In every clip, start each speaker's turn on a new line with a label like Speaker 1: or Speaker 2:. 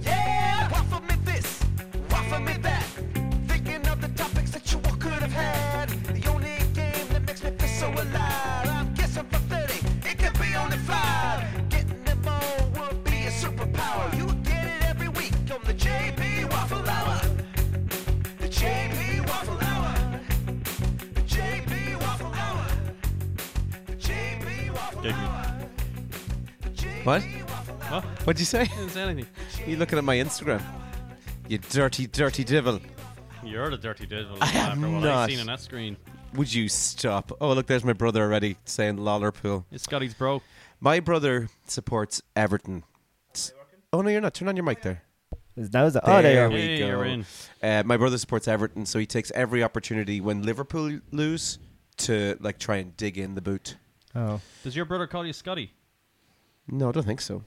Speaker 1: Yeah, waffle me this, waffle me that. Thinking of the topics that you all could have had. The only game that makes me feel so alive. I'm guessing for 30, it could be only five. Getting them all would be a superpower. You would get it every week on the JP Waffle Hour. The JP Waffle Hour. The JP Waffle Hour. The JP Waffle
Speaker 2: Dude, you-
Speaker 1: Hour. The JP
Speaker 3: What?
Speaker 1: Waffle Hour.
Speaker 3: What'd you say?
Speaker 2: didn't say anything.
Speaker 3: You looking at my Instagram? You dirty, dirty devil.
Speaker 2: You're the dirty devil
Speaker 3: am
Speaker 2: after what
Speaker 3: not.
Speaker 2: I've seen on that screen.
Speaker 3: Would you stop? Oh, look, there's my brother already saying Lollerpool.
Speaker 2: It's Scotty's bro.
Speaker 3: My brother supports Everton. S- Oh no, you're not. Turn on your mic there.
Speaker 4: That was oh, there you
Speaker 3: we
Speaker 4: go.
Speaker 2: Hey,
Speaker 3: go.
Speaker 2: you're in.
Speaker 3: Uh, my brother supports Everton, so he takes every opportunity when Liverpool lose to like try and dig in the boot.
Speaker 4: Oh,
Speaker 2: Does your brother call you Scotty?
Speaker 3: No, I don't think so.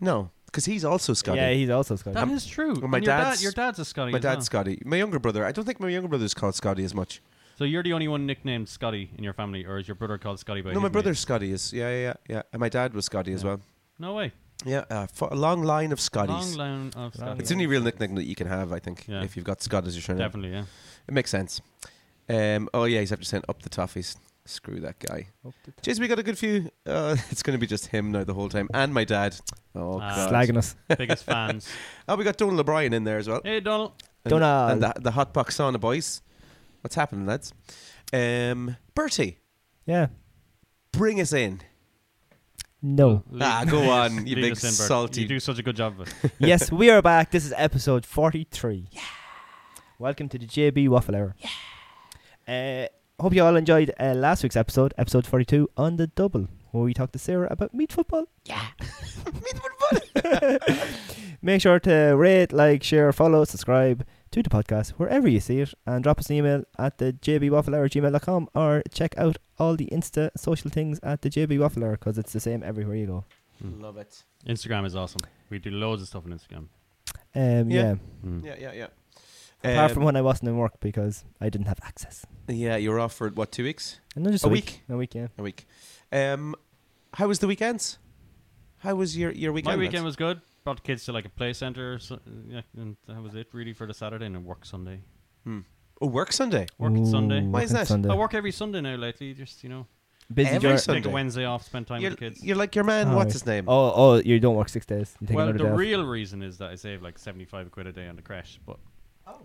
Speaker 3: No, because he's also Scotty.
Speaker 4: yeah, he's also Scottish.
Speaker 2: That is true.
Speaker 3: Well, my
Speaker 2: And your,
Speaker 3: dad's-
Speaker 2: dad, your dad's a Scotty.
Speaker 3: my
Speaker 2: as
Speaker 3: dad's
Speaker 2: well.
Speaker 3: Scotty. My younger brother. I don't think my younger brother's called Scotty as much.
Speaker 2: So you're the only one nicknamed Scotty in your family, or is your brother called Scotty by
Speaker 3: no,
Speaker 2: his
Speaker 3: my
Speaker 2: name?
Speaker 3: brother's Scotty is. Yeah, yeah, yeah, yeah. And my dad was Scotty as well.
Speaker 2: No way.
Speaker 3: Yeah, uh, fo- a long line of Scotties.
Speaker 2: Long line of Scotty.
Speaker 3: It's the only real nickname that you can have, I think,
Speaker 2: Yeah.
Speaker 3: if you've got Scott as your surname.
Speaker 2: Definitely, yeah.
Speaker 3: It makes sense. Um, oh, yeah, he's after saying up the toffees. Screw that guy. Jeez, we got a good few. Uh, it's going to be just him now the whole time. And my dad. Oh,
Speaker 2: Ah.
Speaker 3: God.
Speaker 4: slagging us.
Speaker 2: Biggest fans.
Speaker 3: Oh, we got Donald O'Brien in there as well.
Speaker 2: Hey, Donald.
Speaker 3: And,
Speaker 4: Donald.
Speaker 3: And the, the Hot Box Sauna boys. What's happening, lads? Um, Bertie,
Speaker 4: Yeah.
Speaker 3: bring us in.
Speaker 4: No.
Speaker 3: Ah, go on, you
Speaker 2: Leave
Speaker 3: big
Speaker 2: us in, Bert.
Speaker 3: salty-
Speaker 2: You do such a good job of it.
Speaker 4: yes, we are back. This is episode 43. Yeah. Welcome to the JB Waffle Hour. Yeah. Uh, hope you all enjoyed uh, last week's episode, episode 42, on the double, where we talked to Sarah about meat football. Make sure to rate, like, share, follow, subscribe to the podcast wherever you see it, and drop us an email at the jbwafflehour@gmail.com or check out all the Insta social things at the JB Waffle Hour because it's the same everywhere you go.
Speaker 3: Love it.
Speaker 2: Instagram is awesome. We do loads of stuff on Instagram.
Speaker 4: Um,
Speaker 3: Yeah.
Speaker 4: yeah.
Speaker 2: Mm.
Speaker 3: Yeah, yeah, yeah.
Speaker 4: Apart
Speaker 3: Um,
Speaker 4: from when I wasn't in work because I didn't have access.
Speaker 3: yeah, you were off for what two weeks?
Speaker 4: And not just
Speaker 3: A
Speaker 4: a, week. A week, yeah.
Speaker 3: A week. Um, how was the weekends? How was your your
Speaker 2: My
Speaker 3: weekend?
Speaker 2: weekend
Speaker 3: lads?
Speaker 2: was good. Brought the kids to like a play center, so, yeah, and that was it really for the Saturday and then work Sunday.
Speaker 3: oh work Sunday.
Speaker 2: Work on Sunday.
Speaker 4: Ooh,
Speaker 3: Why is
Speaker 4: working
Speaker 3: that?
Speaker 4: Sunday.
Speaker 2: I work every Sunday now lately. Just you know,
Speaker 4: Busy
Speaker 3: every
Speaker 4: jour-
Speaker 3: Sun-
Speaker 2: take
Speaker 3: Sunday.
Speaker 2: a Wednesday off, spend time
Speaker 3: You're,
Speaker 2: with the kids.
Speaker 3: you're like your man.
Speaker 4: Oh,
Speaker 3: what's
Speaker 4: right.
Speaker 3: his name?
Speaker 4: Oh, oh, you don't work six days. You take
Speaker 2: well,
Speaker 4: another
Speaker 2: the
Speaker 4: day off.
Speaker 2: real reason is that I save like seventy-five quid a day on the crash, but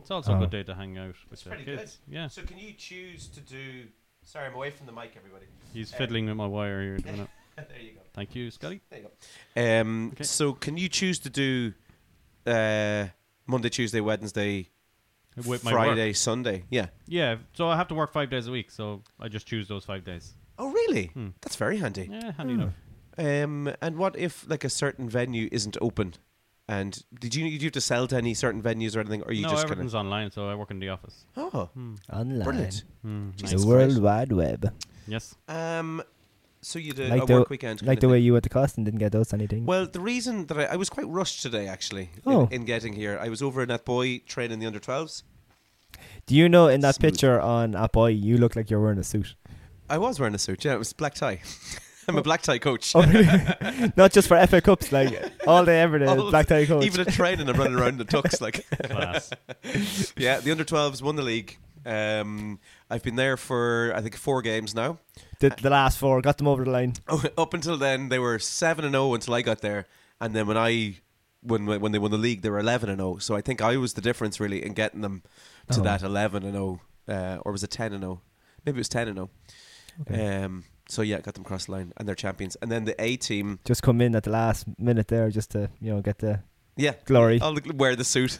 Speaker 2: it's also a
Speaker 4: Oh.
Speaker 2: good day to hang out with the kids. Yeah,
Speaker 3: So can you choose to do? Sorry, I'm away from the mic, everybody. Uh,
Speaker 2: he's fiddling with my wire here. At the minute.
Speaker 3: there you go.
Speaker 2: Thank you, Scotty.
Speaker 3: There you go. Um,
Speaker 2: Okay.
Speaker 3: so can you choose to do uh, Monday, Tuesday, Wednesday,
Speaker 2: With my work.
Speaker 3: Friday, Sunday? Yeah.
Speaker 2: Yeah, so I have to work five days a week, so I just choose those five days.
Speaker 3: Oh really? That's very handy.
Speaker 2: Hmm. Yeah,
Speaker 4: Hmm.
Speaker 2: handy enough.
Speaker 3: Um, and what if like a certain venue isn't open? And did you, did you have to sell to any certain venues or anything? Or are you
Speaker 2: no,
Speaker 3: just
Speaker 2: everything's Hmm.
Speaker 3: gonna,
Speaker 2: online, so I work in the office.
Speaker 3: oh,
Speaker 4: Online.
Speaker 3: brilliant.
Speaker 4: the Hmm. World Wide Web.
Speaker 2: Yes,
Speaker 3: Um, so you did
Speaker 4: like
Speaker 3: a
Speaker 4: the,
Speaker 3: work weekend.
Speaker 4: like the way you went to cost and didn't get those anything.
Speaker 3: Well, the reason that I, I was quite rushed today, actually, in-
Speaker 4: Oh.
Speaker 3: in, getting here, I was over in that boy training the under 12s.
Speaker 4: Do you know in that
Speaker 3: Smooth.
Speaker 4: picture on a boy, you look like you're wearing a suit?
Speaker 3: I was wearing a suit. Yeah, it was black tie. I'm a black tie coach.
Speaker 4: Oh, really? Not just for FA Cups, like all day, every day,
Speaker 3: All-
Speaker 4: black tie coach.
Speaker 3: Even at training, I'm running around in the tux. Like,
Speaker 2: class.
Speaker 3: yeah, the under 12s won the league. Um, I've been there for I think four games now.
Speaker 4: The, the last four got them over the line.
Speaker 3: Oh, up until then, they were seven and zero until I got there, and then when I when when they won the league, they were eleven and zero. So I think I was the difference really in getting them to
Speaker 4: Oh.
Speaker 3: that eleven and zero, uh, or was it ten and zero? Maybe it was ten and zero. Um, so yeah, got them across the line, and they're champions. And then the A team,
Speaker 4: Just come in at the last minute there, just to you know get the
Speaker 3: yeah,
Speaker 4: glory.
Speaker 3: I'll wear the suit.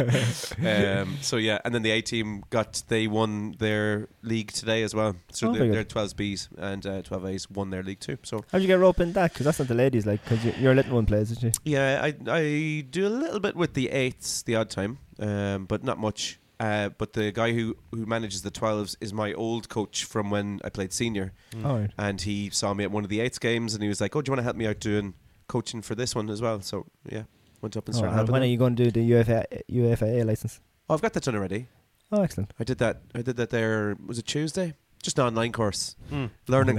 Speaker 3: um, so yeah, and then the A team got they won their league today as well. So
Speaker 4: Oh,
Speaker 3: their
Speaker 4: very good.
Speaker 3: their twelve Bs and uh, twelve As won their league too. So
Speaker 4: How'd you get roped in that? Because that's not the ladies, like, because you, you're a little one plays, isn't you?
Speaker 3: yeah, I I do a little bit with the eights the odd time, um, but not much. Uh, but the guy who, who manages the 12s is my old coach from when I played senior.
Speaker 4: All right.
Speaker 3: And he saw me at one of the eights games and he was like, Oh, do you want to help me out doing coaching for this one as well? So, yeah, went up and
Speaker 4: Oh,
Speaker 3: started
Speaker 4: and
Speaker 3: helping.
Speaker 4: when are
Speaker 3: him.
Speaker 4: you going to do the UFA, UFAA license?
Speaker 3: oh, I've got that done already.
Speaker 4: Oh, excellent.
Speaker 3: I did that. I did that there. Was it Tuesday? Just an online course,
Speaker 2: Hmm.
Speaker 3: learning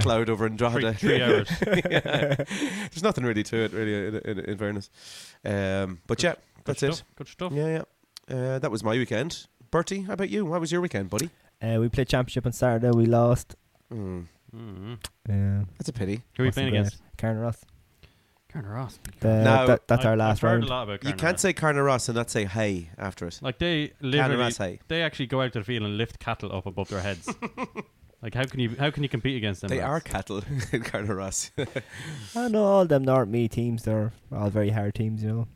Speaker 3: cloud over in
Speaker 2: Three,
Speaker 3: Drogheda.
Speaker 2: three hours.
Speaker 3: Yeah. There's nothing really to it, really. In, in, in fairness, um, but yeah,
Speaker 2: Good
Speaker 3: that's it.
Speaker 2: stuff, Good stuff.
Speaker 3: Yeah, yeah. Uh, that was my weekend. Bertie, how about you? How was your weekend, buddy?
Speaker 4: Uh, we played championship on Saturday. We lost. Hmm.
Speaker 3: Mm,
Speaker 2: Mhm.
Speaker 4: Yeah.
Speaker 3: that's a pity.
Speaker 2: Who are we
Speaker 4: What's
Speaker 2: playing
Speaker 4: the grade?
Speaker 2: against?
Speaker 4: Karen Ross.
Speaker 2: Karen Ross.
Speaker 4: The-
Speaker 3: No,
Speaker 4: that- that's
Speaker 2: I-
Speaker 4: our last
Speaker 2: I've heard
Speaker 4: round.
Speaker 2: a lot about
Speaker 3: you
Speaker 2: Karen
Speaker 3: can't
Speaker 2: Ross.
Speaker 3: say Carna Ross and not say hey after it.
Speaker 2: like they
Speaker 3: Carna
Speaker 2: literally
Speaker 3: Ross hey.
Speaker 2: they actually go out to the field and lift cattle up above their heads. like how can you how can you compete against them?
Speaker 3: They are
Speaker 2: lads?
Speaker 3: cattle in Carna Ross.
Speaker 4: I know all them North Me teams. They're all very hard teams, you know.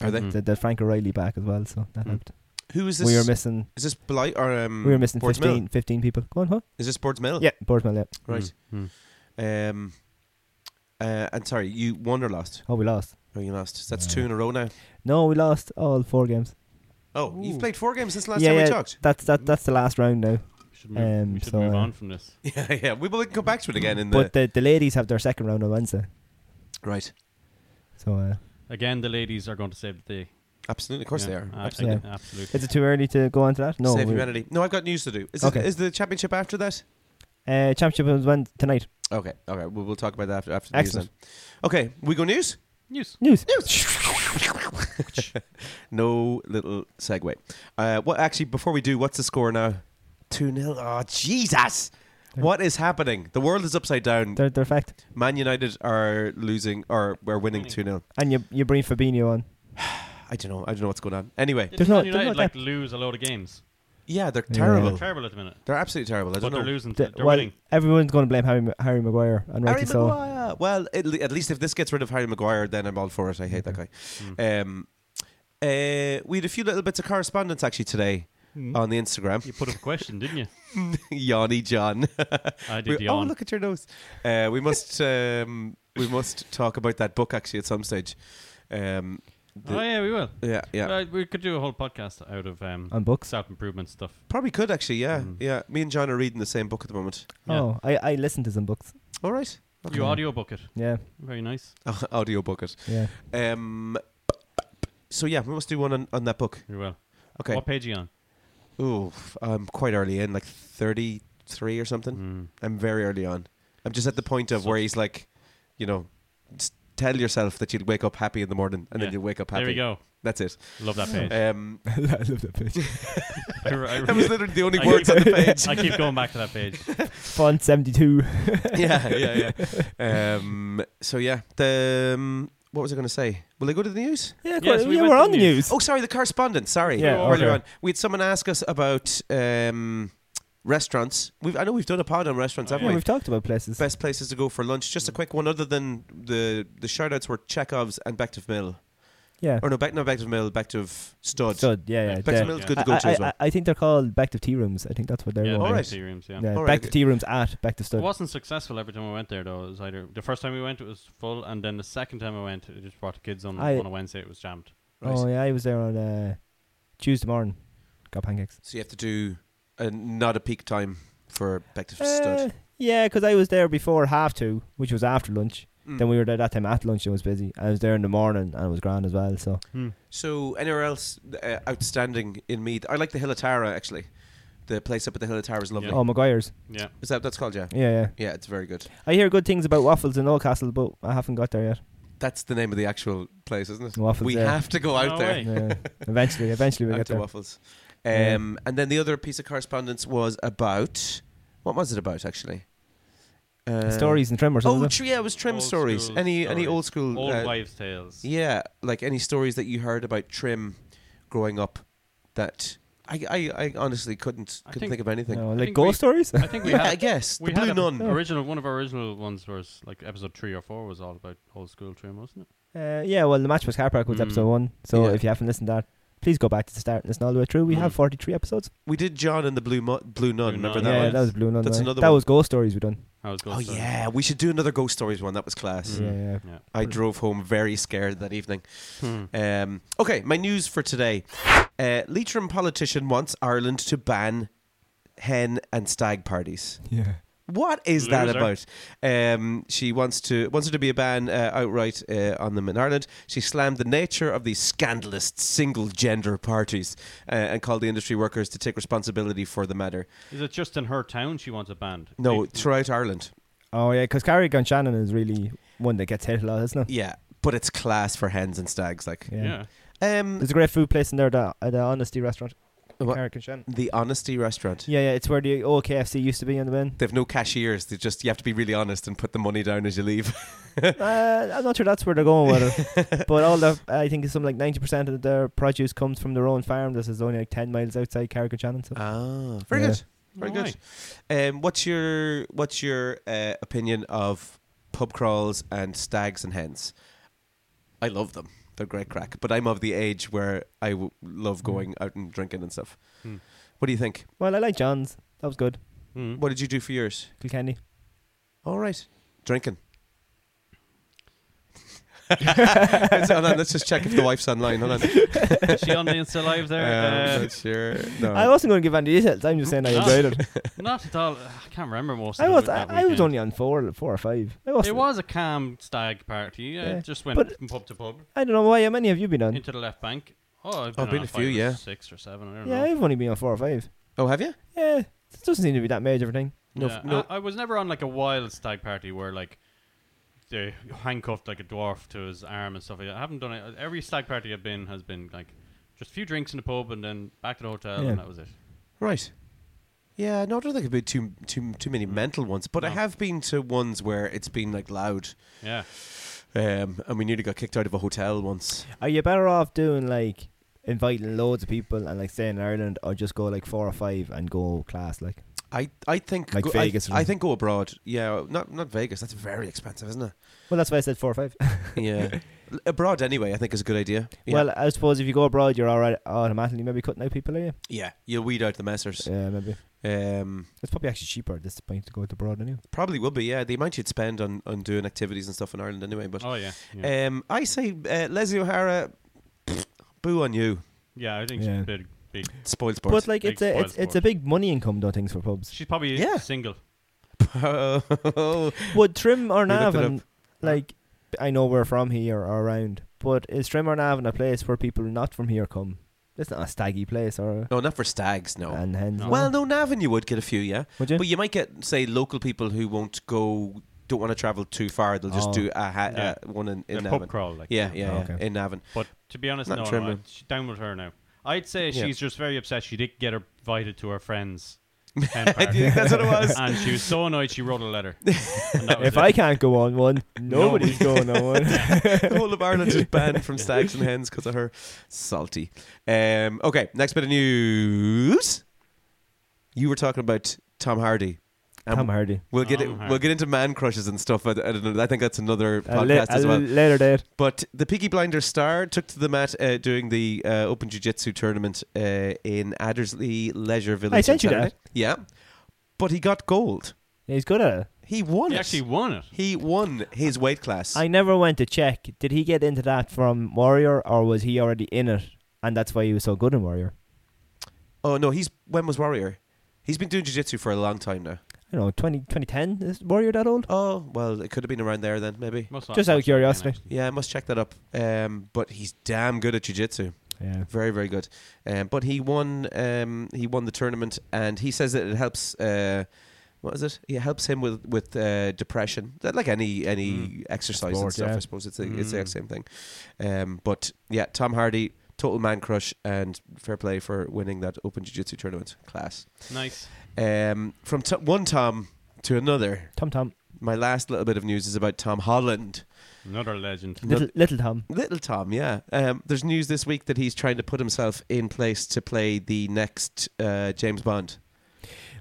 Speaker 3: Are they?
Speaker 2: Mm.
Speaker 4: The, the Frank O'Reilly back as well, so that
Speaker 2: Mm.
Speaker 4: helped.
Speaker 3: Who is this?
Speaker 4: We were missing.
Speaker 3: is this Blight or um?
Speaker 4: We were missing
Speaker 3: Boards Mill?
Speaker 4: 15, 15 people. Go on, huh?
Speaker 3: Is this Boards Mill?
Speaker 4: Yeah, Boardsmill. Yeah.
Speaker 3: Right.
Speaker 2: Mm.
Speaker 3: Um. Uh, and sorry, you won or lost?
Speaker 4: Oh, we lost.
Speaker 3: Oh, you lost. That's
Speaker 4: Yeah.
Speaker 3: two in a row now.
Speaker 4: No, we lost all four games.
Speaker 3: Oh, you've
Speaker 2: Ooh.
Speaker 3: played four games since last
Speaker 4: yeah,
Speaker 3: time we
Speaker 4: yeah,
Speaker 3: talked.
Speaker 4: that's that. That's the last round now.
Speaker 2: We should move,
Speaker 4: Um,
Speaker 2: we should
Speaker 4: so,
Speaker 2: move
Speaker 4: uh,
Speaker 2: on from this.
Speaker 3: Yeah, yeah. We will come back to it again in the
Speaker 4: But the, the ladies have their second round on Wednesday.
Speaker 3: right.
Speaker 4: So uh,
Speaker 2: Again, the ladies are going to save the day.
Speaker 3: Absolutely, of course
Speaker 2: Yeah,
Speaker 3: they are.
Speaker 2: I- I-
Speaker 3: Absolutely.
Speaker 4: Yeah.
Speaker 2: absolutely.
Speaker 4: is it too early to go on to that? No.
Speaker 3: Save
Speaker 4: we-
Speaker 3: humanity. No, I've got news to do. Is, it-
Speaker 4: Okay.
Speaker 3: is the championship after that?
Speaker 4: Uh, championship was when tonight.
Speaker 3: Okay, okay. We'll, we'll talk about that after, after the news then.
Speaker 4: Excellent.
Speaker 3: Okay, we go news.
Speaker 2: News.
Speaker 4: News.
Speaker 3: no little segue. Uh, what actually? Before we do, what's the score now? Two 0 Oh Jesus! What is happening? The world is upside down.
Speaker 4: They're, they're fact.
Speaker 3: Man United are losing or we're winning two 0
Speaker 4: And you you bring Fabinho on.
Speaker 3: I don't know. I don't know what's going on. Anyway,
Speaker 2: Did
Speaker 4: There's
Speaker 2: Man
Speaker 4: no- there's
Speaker 2: United
Speaker 4: no
Speaker 2: like lose a load of games?
Speaker 3: yeah, they're
Speaker 4: Yeah.
Speaker 3: terrible.
Speaker 2: They're terrible at the minute.
Speaker 3: They're absolutely terrible. I
Speaker 2: But
Speaker 3: don't
Speaker 2: they're
Speaker 3: know.
Speaker 2: losing.
Speaker 4: The-
Speaker 2: to- they're
Speaker 4: well,
Speaker 2: winning.
Speaker 4: everyone's going to blame Harry, Ma- Harry Maguire, and
Speaker 3: Harry
Speaker 4: rightly so.
Speaker 3: Maguire. Well, at, le- at least if this gets rid of Harry Maguire, then I'm all for it. I hate that guy.
Speaker 4: Mm-hmm.
Speaker 2: Mm.
Speaker 3: Um, uh, we had a few little bits of correspondence actually today
Speaker 4: Mm-hmm.
Speaker 3: on the Instagram.
Speaker 2: You put up a question, didn't you?
Speaker 3: Yawny John.
Speaker 2: I did
Speaker 3: We-
Speaker 2: yawn.
Speaker 3: Oh, look at your nose. Uh, we must um, we must talk about that book actually at some stage. Um, the-
Speaker 2: oh yeah, we will.
Speaker 3: yeah, yeah.
Speaker 2: Uh, we could do a whole podcast out of um,
Speaker 4: On books.
Speaker 2: self improvement stuff.
Speaker 3: Probably could actually. Yeah, yeah. Me and John are reading the same book at the moment.
Speaker 2: Yeah.
Speaker 4: Oh, I I listened to some books.
Speaker 3: All right.
Speaker 2: You audio book it.
Speaker 4: Yeah,
Speaker 2: Very nice.
Speaker 3: Audio book it.
Speaker 4: yeah.
Speaker 3: Um, so yeah, we must do one on, on that book.
Speaker 2: You will.
Speaker 3: Okay.
Speaker 2: What page are you on?
Speaker 3: Ooh, f- I'm quite early in, like 33 or something.
Speaker 2: Mm.
Speaker 3: I'm very early on. I'm just at the point of where he's like, you know, just tell yourself that you'll wake up happy in the morning and
Speaker 2: Yeah.
Speaker 3: then you'll wake up happy.
Speaker 2: There we go.
Speaker 3: That's it.
Speaker 2: Love that page.
Speaker 3: Um,
Speaker 4: I love that page.
Speaker 2: I, I-
Speaker 3: that was literally the only
Speaker 2: I
Speaker 3: words on
Speaker 2: keep-
Speaker 3: the page.
Speaker 2: I keep going back to that page.
Speaker 4: Font seventy two.
Speaker 3: yeah, yeah, yeah. Um, so yeah, the, um, what was I going to say? Will I go to the news?
Speaker 4: Yeah,
Speaker 2: Yes,
Speaker 4: quite-
Speaker 2: we
Speaker 4: yeah,
Speaker 2: went
Speaker 4: we're
Speaker 2: to
Speaker 4: on the news.
Speaker 3: Oh, sorry, the correspondence. Sorry,
Speaker 4: Yeah,
Speaker 3: earlier
Speaker 4: okay.
Speaker 3: on, we had someone ask us about um, restaurants. We've I know we've done a pod on restaurants, haven't
Speaker 4: Oh, yeah,
Speaker 3: we?
Speaker 4: we've talked about places.
Speaker 3: Best places to go for lunch. Just a quick one, other than the the shout outs were Chekhov's and Bective Mill,
Speaker 4: Yeah.
Speaker 3: or no, Beck, not Bective Mill, Bective Stud.
Speaker 4: Good. Yeah, yeah.
Speaker 2: Back
Speaker 3: Bective
Speaker 4: yeah.
Speaker 2: to
Speaker 3: Mill's
Speaker 2: Yeah.
Speaker 3: good
Speaker 4: I,
Speaker 3: to go to as
Speaker 4: I,
Speaker 3: well.
Speaker 4: I, I think they're called back to tea rooms. I think that's what they're.
Speaker 2: Yeah,
Speaker 4: called.
Speaker 2: all
Speaker 3: Alright.
Speaker 2: right. Rooms, yeah.
Speaker 4: Yeah,
Speaker 3: All right,
Speaker 4: back
Speaker 3: okay.
Speaker 4: to tea rooms at back to
Speaker 2: It
Speaker 4: stud.
Speaker 2: wasn't successful every time we went there though. It was either the first time we went it was full, and then the second time I went, it just brought the kids on
Speaker 4: I-
Speaker 2: on a Wednesday. It was jammed.
Speaker 3: Right.
Speaker 4: Oh yeah, I was there on uh, Tuesday morning. Got pancakes.
Speaker 3: So you have to do a, not a peak time for Bective Stud.
Speaker 4: Uh, yeah, because I was there before half two, which was after lunch.
Speaker 3: Mm.
Speaker 4: Then we were there that time at lunch. It was busy. I was there in the morning and it was grand as well. So
Speaker 3: So anywhere else uh, outstanding in Meath? I like the Hill of Tara actually. The place up at the Hill of Tara is lovely.
Speaker 4: oh, Maguire's.
Speaker 2: Yeah,
Speaker 3: Is that that's called? Yeah,
Speaker 4: Yeah, yeah.
Speaker 3: yeah, it's very good.
Speaker 4: I hear good things about waffles in Oldcastle, but I haven't got there yet.
Speaker 3: That's the name of the actual place, isn't it?
Speaker 4: Waffles.
Speaker 3: we
Speaker 4: yeah.
Speaker 3: have to go
Speaker 2: No
Speaker 3: out there.
Speaker 2: way.
Speaker 4: Yeah. Eventually, eventually we
Speaker 3: Out
Speaker 4: get
Speaker 3: to
Speaker 4: there.
Speaker 3: waffles. Um, And then the other piece of correspondence was about what was it about actually? Uh,
Speaker 4: Stories and tremors.
Speaker 3: Oh,
Speaker 4: wasn't it?
Speaker 3: tr- yeah, it was trim
Speaker 2: Old
Speaker 3: stories.
Speaker 2: school
Speaker 3: Any any
Speaker 2: stories.
Speaker 3: old school?
Speaker 2: Old
Speaker 3: uh,
Speaker 2: wives' tales.
Speaker 3: yeah, like any stories that you heard about trim growing up that I I, I honestly couldn't
Speaker 2: I think-
Speaker 3: couldn't think, of anything.
Speaker 4: No,
Speaker 2: I
Speaker 4: like
Speaker 2: think
Speaker 4: ghost
Speaker 2: we-
Speaker 4: stories. Uh,
Speaker 2: I think we
Speaker 3: yeah,
Speaker 2: had
Speaker 3: I guess
Speaker 2: we
Speaker 3: the blue
Speaker 2: had
Speaker 3: nun.
Speaker 2: an original one of our original ones was like episode three or four was all about old school trim, wasn't it?
Speaker 4: Uh, yeah, well, the Matchbox Car Park was
Speaker 2: Mm.
Speaker 4: episode one. So
Speaker 3: Hmm. Yeah. Hmm.
Speaker 4: if you haven't listened to that, please go back to the start and listen all the way through. We have
Speaker 2: Mm.
Speaker 4: 43 episodes.
Speaker 3: We did John and the blue mu- blue nun.
Speaker 2: Blue
Speaker 3: remember
Speaker 2: Nun,
Speaker 3: that?
Speaker 4: yeah,
Speaker 3: one?
Speaker 4: that was Blue Nun.
Speaker 3: That's
Speaker 4: right?
Speaker 3: another
Speaker 4: That
Speaker 3: one.
Speaker 4: was Ghost Stories we done.
Speaker 2: How was
Speaker 3: Oh
Speaker 2: Ghost Stories.
Speaker 3: yeah, we should do another ghost stories one. That was class.
Speaker 2: Mm.
Speaker 4: Yeah, yeah.
Speaker 2: Yeah.
Speaker 3: I drove home very scared that evening.
Speaker 2: Hmm.
Speaker 3: Um, okay, my news for today. Uh, Leitrim politician wants Ireland to ban hen and stag parties.
Speaker 4: Yeah.
Speaker 3: What is that
Speaker 2: Loser.
Speaker 3: about? Um, she wants to wants there to be a ban uh, outright uh, on them in Ireland. She slammed the nature of these scandalous single gender parties uh, and called the industry workers to take responsibility for the matter.
Speaker 2: Is it just in her town she wants a band?
Speaker 3: No, throughout Ireland.
Speaker 4: Oh, yeah, because Carrick and Shannon is really one that gets hit a lot, isn't it?
Speaker 3: Yeah, but it's class for hens and stags. Like,
Speaker 2: yeah.
Speaker 3: um,
Speaker 4: There's a great food place in there, the, uh, the Honesty Restaurant.
Speaker 3: What?
Speaker 4: Carrick and Shannon.
Speaker 3: the honesty restaurant.
Speaker 4: Yeah, yeah, it's where the old KFC used to be in the bin.
Speaker 3: They've no cashiers. They just you have to be really honest and put the money down as you leave.
Speaker 4: Uh, I'm not sure that's where they're going with it. but all the, I think it's something like 90% of their produce comes from their own farm. This is only like 10 miles outside Carrick and Shannon. So.
Speaker 3: Ah, very
Speaker 4: Yeah.
Speaker 3: good, very good. Um, what's your what's your uh, opinion of pub crawls and stags and hens? I love them. They're great crack. But I'm of the age where I w- love going out and drinking and stuff.
Speaker 2: Hmm.
Speaker 3: What do you think?
Speaker 4: well, I like John's. That was good.
Speaker 2: Mm.
Speaker 3: What did you do for yours?
Speaker 4: Kilkenny.
Speaker 3: All right, drinking. Hold on, let's just check if the wife's online. Hold on.
Speaker 2: Is she on the Insta Live there?
Speaker 3: Um,
Speaker 2: Uh,
Speaker 3: not sure. No.
Speaker 4: I wasn't going to give any details. I'm just saying I
Speaker 2: No.
Speaker 4: enjoyed it.
Speaker 2: not at all. I can't remember most of
Speaker 4: I
Speaker 2: it
Speaker 4: was I,
Speaker 2: Ah. that
Speaker 4: I was
Speaker 2: weekend.
Speaker 4: only on four four or five. I was
Speaker 2: It was a calm stag party. I
Speaker 4: Yeah.
Speaker 2: just went
Speaker 4: But-
Speaker 2: from pub to pub
Speaker 4: I don't know why. How many have you been on?
Speaker 2: into the left bank. Oh, I've been,
Speaker 3: I've been
Speaker 2: on
Speaker 3: a
Speaker 2: five
Speaker 3: few,
Speaker 2: or
Speaker 3: yeah.
Speaker 2: six or seven. I don't
Speaker 4: Yeah,
Speaker 2: know.
Speaker 4: I've only been on four or five.
Speaker 3: oh, have you?
Speaker 4: Yeah, it doesn't seem to be that major of a thing.
Speaker 3: No,
Speaker 2: Yeah,
Speaker 3: no.
Speaker 2: I, I was never on like a wild stag party where like they handcuffed like a dwarf to his arm and stuff. like that. I haven't done it. Every stag party I've been has been like just a few drinks in the pub and then back to the hotel
Speaker 4: Yeah.
Speaker 2: and that was it.
Speaker 3: Right. Yeah, no, I don't think it'd be too too too many mental ones, but I
Speaker 2: No.
Speaker 3: have been to ones where it's been like loud,
Speaker 2: Yeah.
Speaker 3: um, and we nearly got kicked out of a hotel once.
Speaker 4: Are you better off doing like inviting loads of people and like staying in Ireland, or just go like four or five and go class like?
Speaker 3: I I think
Speaker 4: Like
Speaker 3: go-
Speaker 4: Vegas or
Speaker 3: I, I
Speaker 4: something.
Speaker 3: think go abroad. Yeah, not not Vegas. That's very expensive, isn't it?
Speaker 4: Well, that's why I said four or five.
Speaker 3: Yeah, L- abroad anyway. I think is a good idea. Yeah.
Speaker 4: Well, I suppose if you go abroad, you're alright automatically maybe cutting out people, are you?
Speaker 3: yeah, you'll weed out the messers.
Speaker 4: Yeah, maybe
Speaker 3: Um,
Speaker 4: it's probably actually cheaper at this point to go to abroad anyway.
Speaker 3: probably would be. Yeah, the amount you'd spend on on doing activities and stuff in Ireland anyway. But
Speaker 2: Oh yeah.
Speaker 4: Eh.
Speaker 2: Yeah,
Speaker 3: um, I say uh, Leslie O'Hara, boo on you,
Speaker 2: Yeah, I think
Speaker 4: Yeah.
Speaker 2: she's big, big.
Speaker 3: spoiled sport.
Speaker 4: But like it's
Speaker 2: Big
Speaker 4: a it's,
Speaker 2: spoil
Speaker 4: it's a
Speaker 2: sport.
Speaker 4: big money income though things for pubs.
Speaker 2: She's probably
Speaker 3: Yeah.
Speaker 2: single.
Speaker 4: Would trim
Speaker 3: We looked
Speaker 4: or
Speaker 3: it
Speaker 4: Navan, like I know we're from here or around, but is trim or Navan a place where people not from here come? It's not a staggy place or
Speaker 3: No, not for stags. No.
Speaker 4: and hens.
Speaker 2: No.
Speaker 3: well, no, Navan, you would get a few, yeah.
Speaker 4: would you?
Speaker 3: But you might get, say, local people who won't go, don't want to travel too far. They'll just
Speaker 4: Oh.
Speaker 3: do a ha-
Speaker 2: Yeah.
Speaker 3: uh, one in, in
Speaker 2: a
Speaker 3: Navan.
Speaker 2: pub crawl like
Speaker 3: Yeah,
Speaker 2: that.
Speaker 3: yeah,
Speaker 4: Oh,
Speaker 3: yeah,
Speaker 4: okay.
Speaker 3: in Navan.
Speaker 2: But to be honest,
Speaker 3: Not
Speaker 2: no, no,
Speaker 3: Trimble.
Speaker 2: I- she's down with her now. I'd say
Speaker 3: Yeah.
Speaker 2: she's just very upset she didn't get her invited to her friends.
Speaker 3: I think that's what it was.
Speaker 2: and she was so annoyed she wrote a letter. And that was it.
Speaker 4: if I can't go on one, nobody's going on one.
Speaker 3: Um, the whole of Ireland is banned from stags and hens because of her. Salty. Um, okay, next bit of news. You were talking about Tom Hardy. And
Speaker 4: Tom Hardy.
Speaker 3: We'll get
Speaker 2: Tom
Speaker 3: it,
Speaker 2: Hardy.
Speaker 3: we'll get into man crushes and stuff. I, I don't know. I think that's another
Speaker 4: A la-
Speaker 3: podcast as
Speaker 4: a
Speaker 3: well.
Speaker 4: Later date.
Speaker 3: But the Peaky Blinder star took to the mat uh, during the uh, Open Jiu Jitsu tournament uh, in Addersley Leisure Village.
Speaker 4: I sent
Speaker 3: on
Speaker 4: you that.
Speaker 3: Saturday. Yeah. But he got gold.
Speaker 4: Yeah, he's good at it.
Speaker 3: He won
Speaker 2: he
Speaker 3: it.
Speaker 2: actually won it.
Speaker 3: he won his weight class.
Speaker 4: I never went to check. Did he get into that from Warrior or was he already in it? And that's why he was so good in Warrior.
Speaker 3: oh, no. he's When was Warrior? He's been doing Jiu Jitsu for a long time now.
Speaker 4: I don't know, 20, 2010? Is Warrior that old?
Speaker 3: Oh, well, it could have been around there then, maybe.
Speaker 2: Must not
Speaker 4: Just
Speaker 2: must not have
Speaker 4: out of
Speaker 2: been,
Speaker 4: curiosity.
Speaker 2: actually.
Speaker 3: Yeah, I must check that up. Um, but he's damn good at Jiu Jitsu.
Speaker 4: Yeah.
Speaker 3: Very, very good. Um, but he won. Um, he won the tournament, and he says that it helps. Uh, what is it? It helps him with with uh, depression. That like any any
Speaker 2: Mm.
Speaker 3: exercise and
Speaker 4: Sport,
Speaker 3: stuff.
Speaker 4: yeah. Mm.
Speaker 3: I suppose it's the, it's the
Speaker 2: Mm.
Speaker 3: same thing. Um, but yeah, Tom Hardy total man crush and fair play for winning that Open Jiu Jitsu tournament. Class.
Speaker 2: Nice.
Speaker 3: Um, from to- one Tom to another,
Speaker 4: Tom Tom.
Speaker 3: my last little bit of news is about Tom Holland.
Speaker 2: Another legend.
Speaker 4: Little, little Tom.
Speaker 3: Little Tom, yeah. Um, there's news this week that he's trying to put himself in place to play the next uh, James Bond.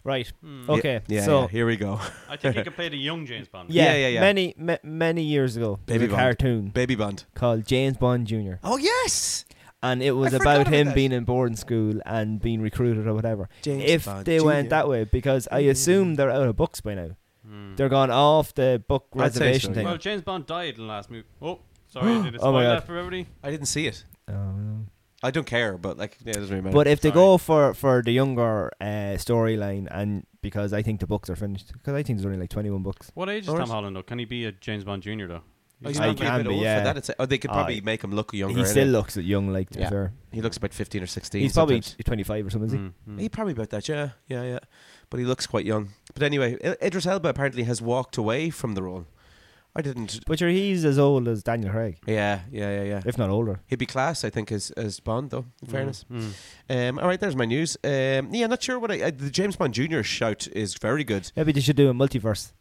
Speaker 4: Right.
Speaker 2: Hmm.
Speaker 4: Okay.
Speaker 3: Yeah,
Speaker 4: so
Speaker 3: yeah, here we go.
Speaker 2: I think he could play the young James Bond.
Speaker 4: Yeah,
Speaker 3: Yeah, yeah, yeah.
Speaker 4: Many ma- many years ago, there
Speaker 3: Baby
Speaker 4: was a
Speaker 3: Bond.
Speaker 4: cartoon
Speaker 3: Baby Bond.
Speaker 4: called James Bond Jr.
Speaker 3: Oh, yes!
Speaker 4: and it was
Speaker 3: I forgot
Speaker 4: about
Speaker 3: about
Speaker 4: him
Speaker 3: that.
Speaker 4: being in boarding school and being recruited or whatever.
Speaker 3: James
Speaker 4: if
Speaker 3: Bond Mm.
Speaker 4: they
Speaker 3: Jr..
Speaker 4: went that way, because I assume they're out of books by now.
Speaker 2: Hmm.
Speaker 4: They're gone off the book
Speaker 3: I'd say
Speaker 4: reservation
Speaker 3: so,
Speaker 4: thing.
Speaker 2: Well, James Bond died in the last movie. Oh, sorry, I did a
Speaker 4: Oh my
Speaker 2: spoil
Speaker 4: God.
Speaker 2: that for everybody.
Speaker 3: I didn't see it.
Speaker 4: Oh, no.
Speaker 3: I don't care, but like, yeah, it doesn't really matter.
Speaker 4: But if they
Speaker 2: Sorry.
Speaker 4: go for for the younger uh, storyline, and because I think the books are finished, because I think there's only like 21 books.
Speaker 2: What age is
Speaker 3: Or
Speaker 2: Tom
Speaker 3: is-
Speaker 2: Holland though? Can he be a James Bond Junior though?
Speaker 3: Oh, he's
Speaker 4: I
Speaker 3: not really a
Speaker 4: can
Speaker 3: bit
Speaker 4: be,
Speaker 3: old
Speaker 4: yeah.
Speaker 3: for that. It's, oh, they could
Speaker 4: Oh,
Speaker 3: probably make him look younger.
Speaker 4: he
Speaker 3: innit?
Speaker 4: still looks young, like to be
Speaker 3: Yeah.
Speaker 4: fair.
Speaker 3: he looks about fifteen or sixteen.
Speaker 4: He's probably
Speaker 3: sometimes.
Speaker 4: 25 or something. Is he?
Speaker 2: Mm, mm.
Speaker 3: He probably about that, yeah, yeah, yeah. But he looks quite young. But anyway, I- Idris Elba apparently has walked away from the role. I didn't.
Speaker 4: But sure, he's as old as Daniel Craig,
Speaker 3: Yeah, yeah, yeah, yeah.
Speaker 4: if not older.
Speaker 3: He'd be class, I think, as as Bond, though. In fairness.
Speaker 2: Mm.
Speaker 3: Um, all right, there's my news. Um, yeah, not sure what I, I. The James Bond Junior shout is very good.
Speaker 4: Maybe they should do a multiverse,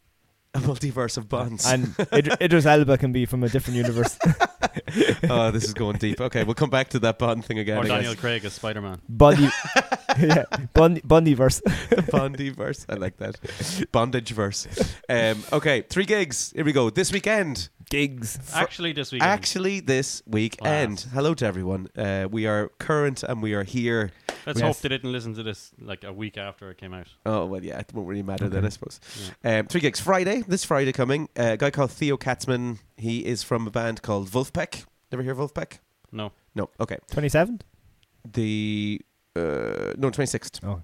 Speaker 3: A multiverse of Bonds.
Speaker 4: and Id- Idris Elba can be from a different universe.
Speaker 3: oh, this is going deep. Okay, we'll come back to that Bond thing again.
Speaker 2: Or
Speaker 3: I guess.
Speaker 2: Daniel Craig as Spider Man.
Speaker 4: Bundy, yeah, Bundy, Bundyverse.
Speaker 3: Bondy verse. I like that. Bondage verse. Um, okay, three gigs. Here we go. This weekend.
Speaker 4: Gigs.
Speaker 2: Actually, this week.
Speaker 3: Actually, this weekend. Hello to everyone. Uh, we are current and we are here.
Speaker 2: let's
Speaker 4: Yes.
Speaker 2: hope they didn't listen to this like a week after it came out.
Speaker 3: Oh, well, yeah, it won't really matter then, I suppose. Um, three gigs. Friday, this Friday coming. Uh, a guy called Theo Katzman. He is from a band called Wolfpack. Never hear of Wolfpack?
Speaker 2: No,
Speaker 3: No. Okay.
Speaker 4: 27th?
Speaker 3: The. Uh, no, 26th.
Speaker 4: Oh.